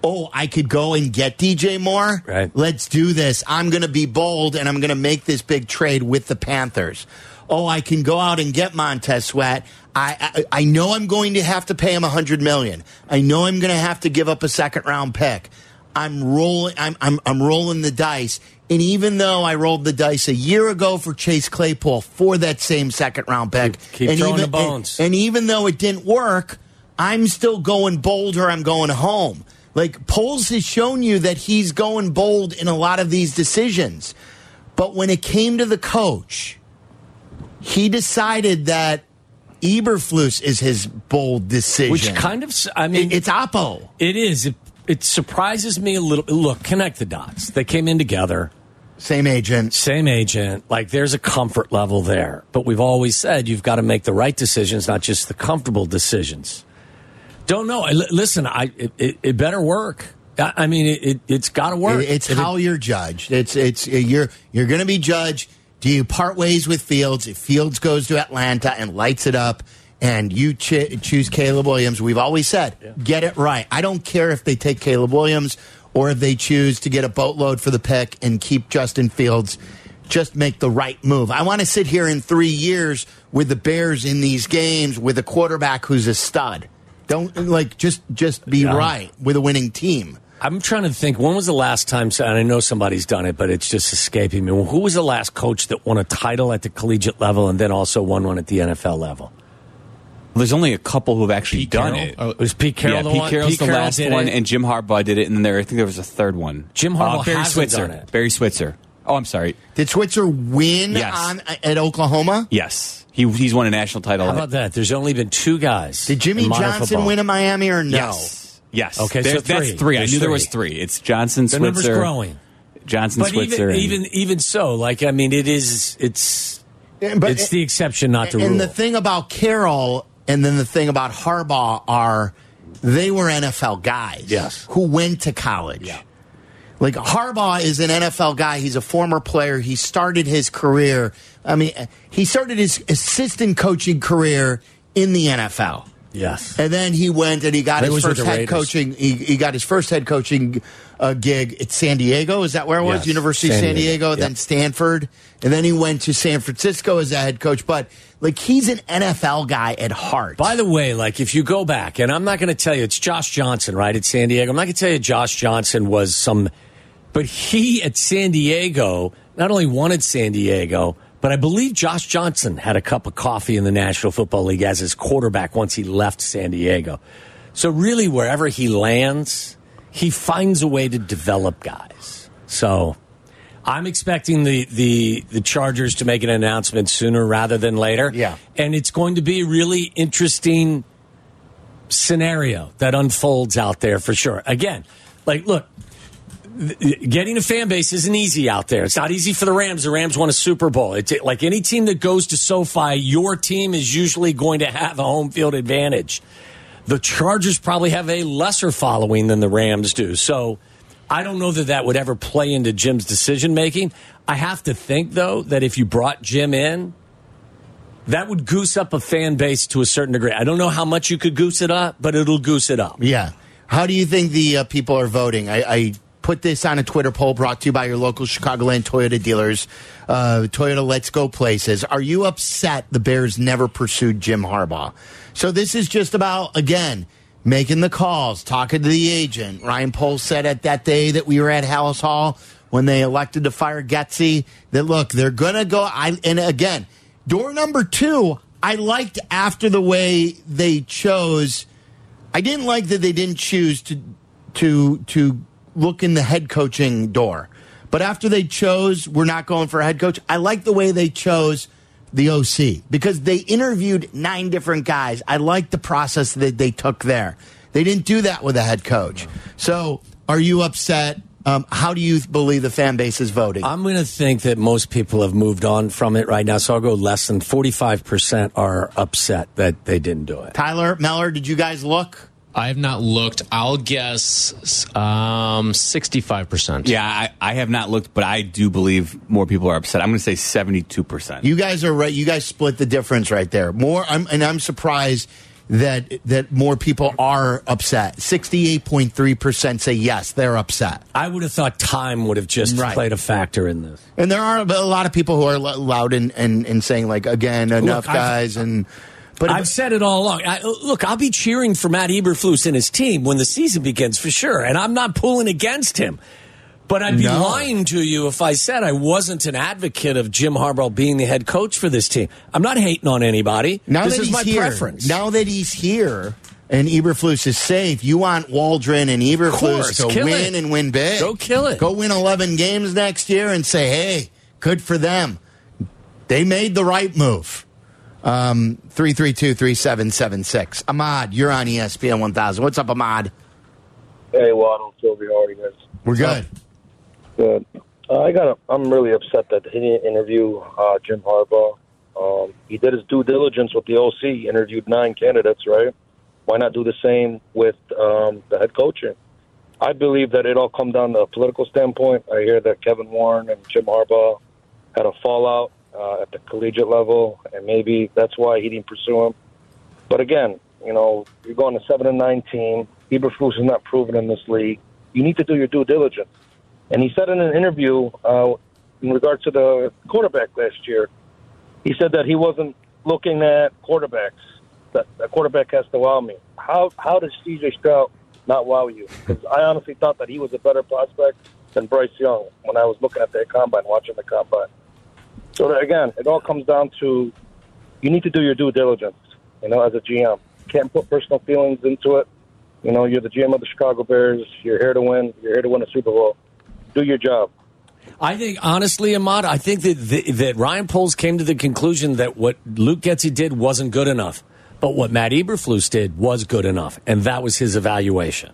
S4: Oh, I could go and get DJ Moore.
S3: Right.
S4: Let's do this. I'm going to be bold and I'm going to make this big trade with the Panthers. Oh, I can go out and get Montez Sweat. I, I I know I'm going to have to pay him 100 million. I know I'm going to have to give up a second round pick. I'm rolling I'm, I'm I'm rolling the dice. And even though I rolled the dice a year ago for Chase Claypool for that same second round pick,
S3: Keep- keep throwing the bones.
S4: and- and even though it didn't work, I'm still going bold or I'm going home. Like polls has shown you that he's going bold in a lot of these decisions. But when it came to the coach, he decided that Eberflus is his bold decision.
S3: Which kind of, s- I mean,
S4: it's Oppo.
S3: It is. It, it surprises me a little. Look, connect the dots. They came in together,
S4: Same agent.
S3: same agent. Like there's a comfort level there. But we've always said you've got to make the right decisions, not just the comfortable decisions. Don't know. I- li- listen, I it, it, it better work. I, I mean, it, it, it's got to work.
S4: It's
S3: If it-
S4: how you're judged. It's it's uh, you're you're going to be judged. Do you part ways with Fields? If Fields goes to Atlanta and lights it up, and you ch- choose Caleb Williams, we've always said get it right. I don't care if they take Caleb Williams or if they choose to get a boatload for the pick and keep Justin Fields. Just make the right move. I want to sit here in three years with the Bears in these games with a quarterback who's a stud. Don't like just just be
S3: Yeah.
S4: right with a winning team.
S3: I'm trying to think. When was the last time? And I know somebody's done it, but it's just escaping me. Who was the last coach that won a title at the collegiate level and then also won one at the NFL level?
S8: There's only a couple who've actually
S3: Pete
S8: done
S3: Carroll?
S8: it.
S3: Oh, was Pete Carroll
S8: Yeah,
S3: the
S8: Pete
S3: one?
S8: Carroll's
S3: Pete
S8: the
S3: Carroll
S8: last
S3: did
S8: one,
S3: it?
S8: and Jim Harbaugh did it, and then there I think there was a third one.
S3: Jim Harbaugh
S8: Uh, Barry
S3: hasn't
S8: Switzer.
S3: done it.
S8: Barry Switzer. Oh, I'm sorry.
S4: Did Switzer win
S8: Yes.
S4: on at Oklahoma?
S8: Yes, he he's won a national title.
S3: How about that? There's only been two guys.
S4: Did Jimmy
S3: in modern
S4: Johnson
S3: football.
S4: win in Miami or no?
S8: Yes. Yes.
S3: Okay,
S8: There-
S3: so
S8: that's
S3: three.
S8: three. I
S3: There's
S8: knew there
S3: three.
S8: was three. It's Johnson,
S3: The number's
S8: Switzer,
S3: growing,
S8: Johnson,
S3: but
S8: Switzer,
S3: even even
S8: and-
S3: even so, like I mean, it is it's
S4: Yeah, but-
S3: it's the exception, not the
S4: and
S3: rule.
S4: the thing about Carroll and then the thing about Harbaugh are they were NFL guys
S3: Yes.
S4: who went to college. Like Harbaugh is an NFL guy. He's a former player. He started his career. I mean, he started his assistant coaching career in the NFL.
S3: yes,
S4: And then he went and he got
S3: That
S4: his
S3: was with
S4: first
S3: the
S4: head
S3: Raiders.
S4: coaching. He, he got his first head coaching uh, gig at San Diego. Is that where it was?
S3: Yes,
S4: University of
S3: San
S4: San Diego,
S3: Diego,
S4: and then
S3: yep.
S4: Stanford, and then he went to San Francisco as a head coach. But like he's an NFL guy at heart.
S3: By the way, like if you go back, and I'm not going to tell you, it's Josh Johnson, right, at San Diego. I'm not going to tell you Josh Johnson was some, but he at San Diego not only wanted San Diego, but I believe Josh Johnson had a cup of coffee in the National Football League as his quarterback once he left San Diego. So really, wherever he lands, he finds a way to develop guys. So I'm expecting the the the Chargers to make an announcement sooner rather than later.
S4: Yeah.
S3: and it's going to be a really interesting scenario that unfolds out there for sure. Again, like look. th- Getting a fan base isn't easy out there. It's not easy for the Rams. The Rams won a Super Bowl. It's like any team that goes to SoFi, your team is usually going to have a home field advantage the Chargers probably have a lesser following than the Rams do. So I don't know that that would ever play into Jim's decision making. I have to think, though, that if you brought Jim in, that would goose up a fan base to a certain degree. I don't know how much you could goose it up, but it'll goose it up.
S4: yeah. How do you think the uh, people are voting? I, I put this on a Twitter poll brought to you by your local Chicagoland Toyota dealers, uh, Toyota Let's Go places. Are you upset the Bears never pursued Jim Harbaugh? So this is just about again making the calls, talking to the agent. Ryan Pohl said at that day that we were at Hallis Hall when they elected to fire Getzey that look they're gonna go. I and again door number two. I liked after the way they chose. I didn't like that they didn't choose to to to look in the head coaching door. But after they chose, we're not going for a head coach. I like the way they chose the OC because they interviewed nine different guys. I like the process that they took there. They didn't do that with a head coach. So, are you upset? Um, how do you believe the fan base is voting?
S3: I'm going to think that most people have moved on from it right now. So I'll go less than 45% are upset that they didn't do it.
S4: Tyler Meller, did you guys look?
S11: I have not looked. I'll guess um, 65%.
S8: Yeah, I, I have not looked, but I do believe more people are upset. I'm going to say 72%.
S4: You guys are right. You guys split the difference right there. More, I'm, and I'm surprised that that more people are upset. Sixty-eight point three percent say yes, they're upset,
S3: I would have thought time would have just
S4: Right.
S3: played a factor in this.
S4: and there are a lot of people who are lo- loud and and, and saying like again enough
S3: I've-
S4: guys and. But
S3: I've said it all along. I, look, I'll be cheering for Matt Eberflus and his team when the season begins for sure, and I'm not pulling against him. But I'd be
S4: No.
S3: lying to you if I said I wasn't an advocate of Jim Harbaugh being the head coach for this team. I'm not hating on anybody.
S4: Now
S3: this
S4: that
S3: is
S4: he's
S3: my
S4: here,
S3: preference.
S4: Now that he's here and Eberflus is safe, you want Waldron and Eberflus
S3: course,
S4: to
S3: kill
S4: win
S3: it.
S4: and win big.
S3: Go kill it.
S4: Go win 11 games next year and say, hey, good for them. They made the right move. Um, 332-3776. Ahmad, you're on E ESPN 1000. What's up, Ahmad?
S12: Hey, Waddle, Toby, how are you guys?
S4: We're good.
S12: Good. Uh, I got. A, I'm really upset that he didn't interview uh, Jim Harbaugh. Um, he did his due diligence with the OC. Interviewed nine candidates, right? Why not do the same with um, the head coaching? I believe that it all come down to a political standpoint. I hear that Kevin Warren and Jim Harbaugh had a fallout uh, at the collegiate level, and maybe that's why he didn't pursue him. But again, you know, you're going to seven and nine team. Eberflus is not proven in this league. You need to do your due diligence. And he said in an interview uh, in regards to the quarterback last year, he said that he wasn't looking at quarterbacks. That a quarterback has to wow me. How how does C.J. Stroud not wow you? Because I honestly thought that he was a better prospect than Bryce Young when I was looking at their combine, watching the combine. So that, again, it all comes down to you need to do your due diligence. You know, as a GM, can't put personal feelings into it. You know, you're the GM of the Chicago Bears. You're here to win. You're here to win a Super Bowl. Do your job.
S3: I think, honestly, Ahmad, I think that that that Ryan Poles came to the conclusion that what Luke Getzey did wasn't good enough, but what Matt Eberflus did was good enough, and that was his evaluation.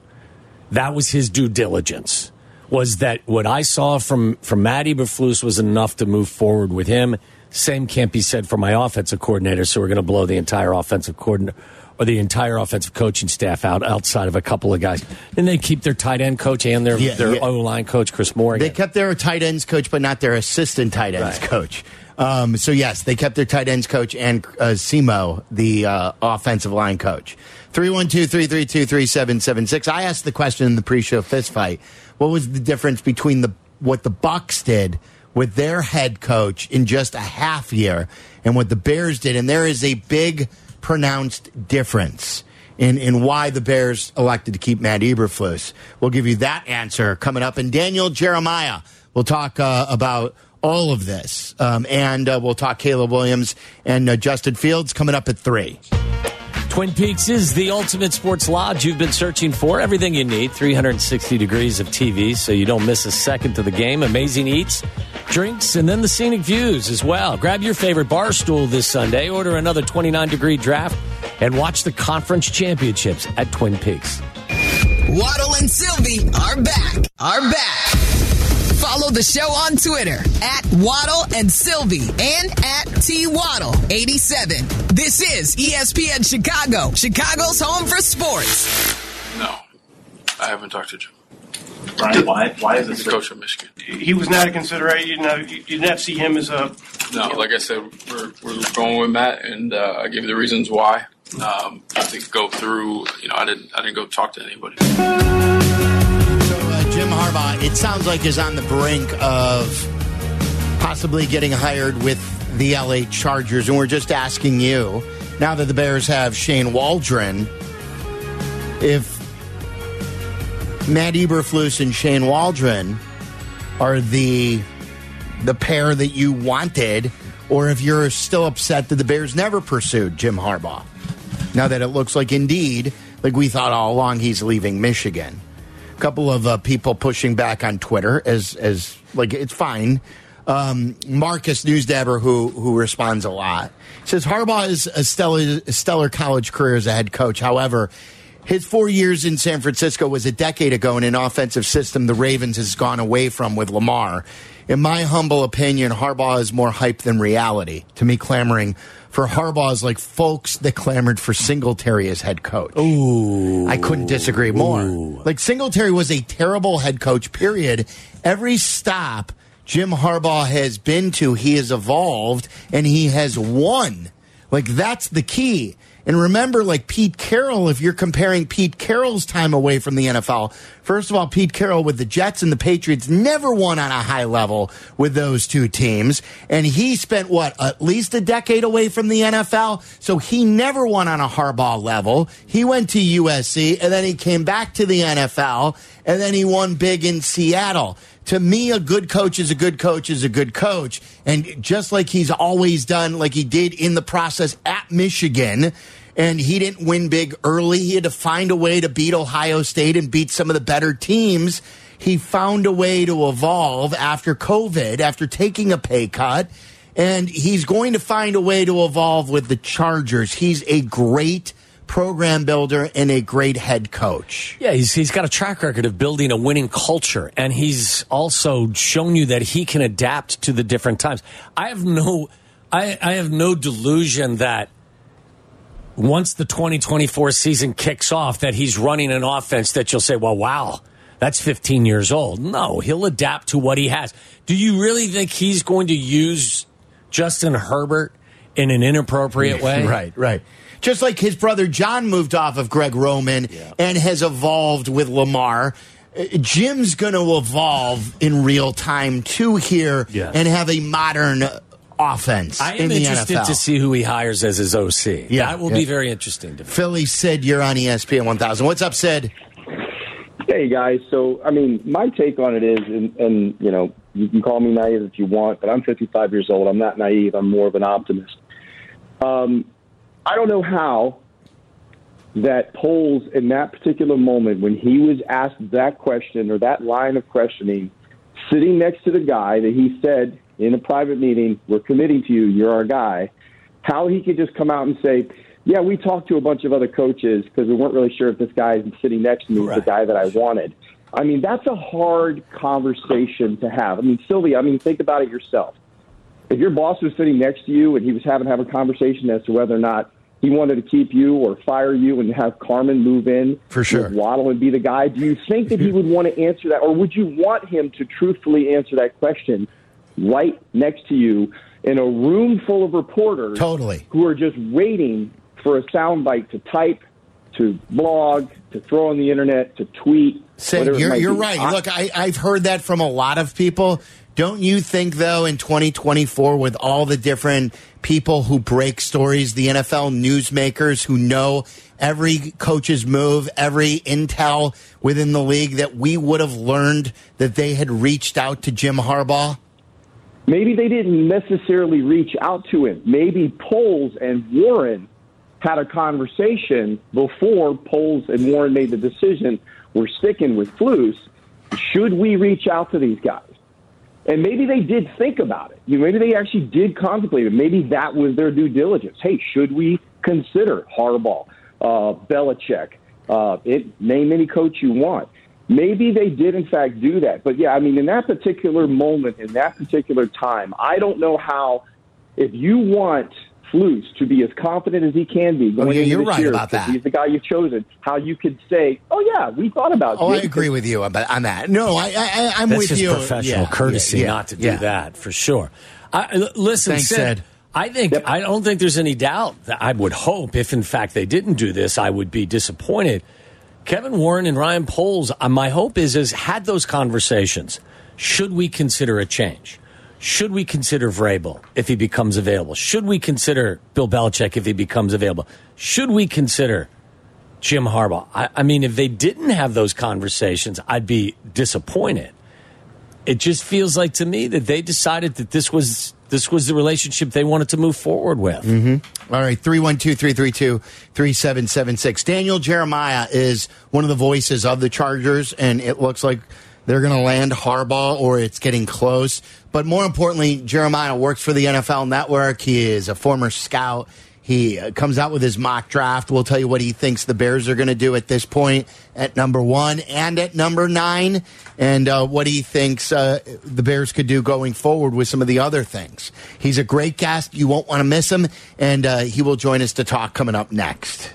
S3: That was his due diligence. Was that what I saw from from Matt Eberflus was enough to move forward with him? Same can't be said for my offensive coordinator. So we're going to blow the entire offensive coordinator or the entire offensive coaching staff out outside of a couple of guys. And they keep their tight end coach and their
S4: Yeah,
S3: their
S4: yeah.
S3: O line coach Chris Morgan.
S4: They kept their tight ends coach, but not their assistant tight ends coach. Um, so yes, they kept their tight ends coach and uh, Simo, the uh, offensive line coach. 312-332-3776. I asked the question in the pre-show fistfight. What was the difference between the what the Bucks did with their head coach in just a half year and what the Bears did? And there is a big, pronounced difference in, in why the Bears elected to keep Matt Eberflus. We'll give you that answer coming up. And Daniel Jeremiah will talk uh, about all of this. Um, and uh, we'll talk Caleb Williams and uh, Justin Fields coming up at 3.
S3: Twin Peaks is the ultimate sports lodge you've been searching for. Everything you need 360 degrees of TV so you don't miss a second to the game. Amazing eats, drinks, and then the scenic views as well. Grab your favorite bar stool this Sunday, order another 29 degree draft, and watch the conference championships at Twin Peaks.
S1: Waddle and Sylvie are back. Are back. Follow the show on Twitter at Waddle and Sylvie and at T Waddle 87. This is E ESPN Chicago, Chicago's home for sports.
S6: No, I haven't talked to Jim.
S2: Why- why- why is this-
S6: He's the coach of Michigan?
S2: He was not a consideration. You know, you did not see him as a.
S6: No, like I said, we're, we're going with Matt, and uh, I gave you the reasons why. Um, I didn't go through. You know, I didn't. I didn't go talk to anybody.
S4: Uh, Jim Harbaugh, it sounds like, is on the brink of possibly getting hired with the LA Chargers. And we're just asking you, now that the Bears have Shane Waldron, if Matt Eberflus and Shane Waldron are the the pair that you wanted, or if you're still upset that the Bears never pursued Jim Harbaugh. Now that it looks like indeed, like we thought all along, he's leaving Michigan. A couple of uh, people pushing back on Twitter as as like it's fine. um, Marcus Newsdabber, who who responds a lot, says Harbaugh is a stellar, a stellar college career as a head coach. However, his four years in San Francisco was a decade ago in an offensive system the Ravens has gone away from with Lamar. In my humble opinion, Harbaugh is more hype than reality. To me, clamoring for Harbaugh is like folks that clamored for Singletary as head coach. Ooh. I couldn't disagree more. Like Singletary was a terrible head coach, period. Every stop Jim Harbaugh has been to, he has evolved and he has won. Like that's the key. And remember, like Pete Carroll, if you're comparing Pete Carroll's time away from the NFL, first of all, Pete Carroll with the Jets and the Patriots never won on a high level with those two teams. And he spent, what, at least a decade away from the NFL? So he never won on a Harbaugh level. He went to USC and then he came back to the NFL and then he won big in Seattle to me, a good coach is a good coach is a good coach. And just like he's always done, like he did in the process at Michigan, and he didn't win big early. He had to find a way to beat Ohio State and beat some of the better teams. He found a way to evolve after COVID, after taking a pay cut. And he's going to find a way to evolve with the Chargers. He's a great program builder and a great head coach.
S3: Yeah, he's he's got a track record of building a winning culture, and he's also shown you that he can adapt to the different times. I have no, I, I have no delusion that once the 2024 season kicks off, that he's running an offense that you'll say, "Well, wow, that's 15 years old." No, he'll adapt to what he has. Do you really think he's going to use Justin Herbert in an inappropriate way?
S4: Right, right. Just like his brother John moved off of Greg Roman and has evolved with Lamar. uh, Jim's going to evolve in real time too here
S3: Yes.
S4: and have a modern uh, offense
S3: I
S4: in
S3: am
S4: the
S3: interested
S4: NFL.
S3: to see who he hires as his OC.
S4: Yeah,
S3: that will
S4: yeah.
S3: be very interesting to me.
S4: Philly Sid, you're on E ESPN 1000. What's up, Sid?
S12: Hey guys, so I mean, my take on it is, and, and you know, you can call me naive if you want, but I'm 55 years old. I'm not naive. I'm more of an optimist. Um, I don't know how that polls in that particular moment when he was asked that question or that line of questioning, sitting next to the guy that he said in a private meeting, "We're committing to you. You're our guy." How he could just come out and say, "Yeah, we talked to a bunch of other coaches because we weren't really sure if this guy sitting next to me is the guy that I wanted." I mean, that's a hard conversation to have. I mean, Sylvia, I mean, think about it yourself if your boss was sitting next to you and he was having having a conversation as to whether or not he wanted to keep you or fire you and have Carmen move in for sure, Waddle and be the guy, do you think that he would want to answer that, or would you want him to truthfully answer that question right next to you in a room full of reporters,
S4: totally,
S12: who are just waiting for a soundbite to type, to blog, to throw on the internet, to tweet?
S4: Sid,
S12: whatever it
S4: you're,
S12: might
S4: you're
S12: be.
S4: right. Look, I, I've heard that from a lot of people. Don't you think, though, in 2024, with all the different people who break stories, the NFL newsmakers who know every coach's move, every intel within the league, that we would have learned that they had reached out to Jim Harbaugh?
S12: Maybe they didn't necessarily reach out to him. Maybe Poles and Warren had a conversation before Poles and Warren made the decision we're sticking with Flus. Should we reach out to these guys? And maybe they did think about it. You know, maybe they actually did contemplate it. Maybe that was their due diligence. Hey, should we consider Harbaugh, uh, Belichick? Uh, it, name any coach you want. Maybe they did, in fact, do that. But yeah, I mean, in that particular moment, in that particular time, I don't know how. If you want Flus to be as confident as he can be going
S4: Oh, yeah,
S12: into
S4: you're
S12: this
S4: right
S12: year,
S4: about
S12: 'cause
S4: that.
S12: he's the guy you've chosen, how you could say, "Oh yeah, we thought about."
S4: Oh,
S12: you."
S4: I agree with you on that- on that. No, I, I, I- I'm
S3: That's
S4: with
S3: just
S4: you.
S3: professional
S4: Yeah,
S3: courtesy
S4: yeah, yeah,
S3: not to do
S4: yeah.
S3: that for sure. I, l- listen,
S4: Thanks,
S3: Sid,
S4: Sid.
S3: I think I don't think there's any doubt. That I would hope, if in fact they didn't do this, I would be disappointed. Kevin Warren and Ryan Poles. uh, my hope is is had those conversations. Should we consider a change? Should we consider Vrabel if he becomes available? Should we consider Bill Belichick if he becomes available? Should we consider Jim Harbaugh? I, I mean, if they didn't have those conversations, I'd be disappointed it just feels like to me that they decided that this was this was the relationship they wanted to move forward with.
S4: Mm-hmm. All right, 312 332 3776. Daniel Jeremiah is one of the voices of the Chargers, and it looks like They're going to land Harbaugh, or it's getting close. But more importantly, Jeremiah works for the NFL Network. He is a former scout. He uh, comes out with his mock draft. We'll tell you what he thinks the Bears are going to do at this point at number one and at number nine, and uh, what he thinks uh, the Bears could do going forward with some of the other things. He's a great guest. You won't want to miss him, and uh, he will join us to talk coming up next.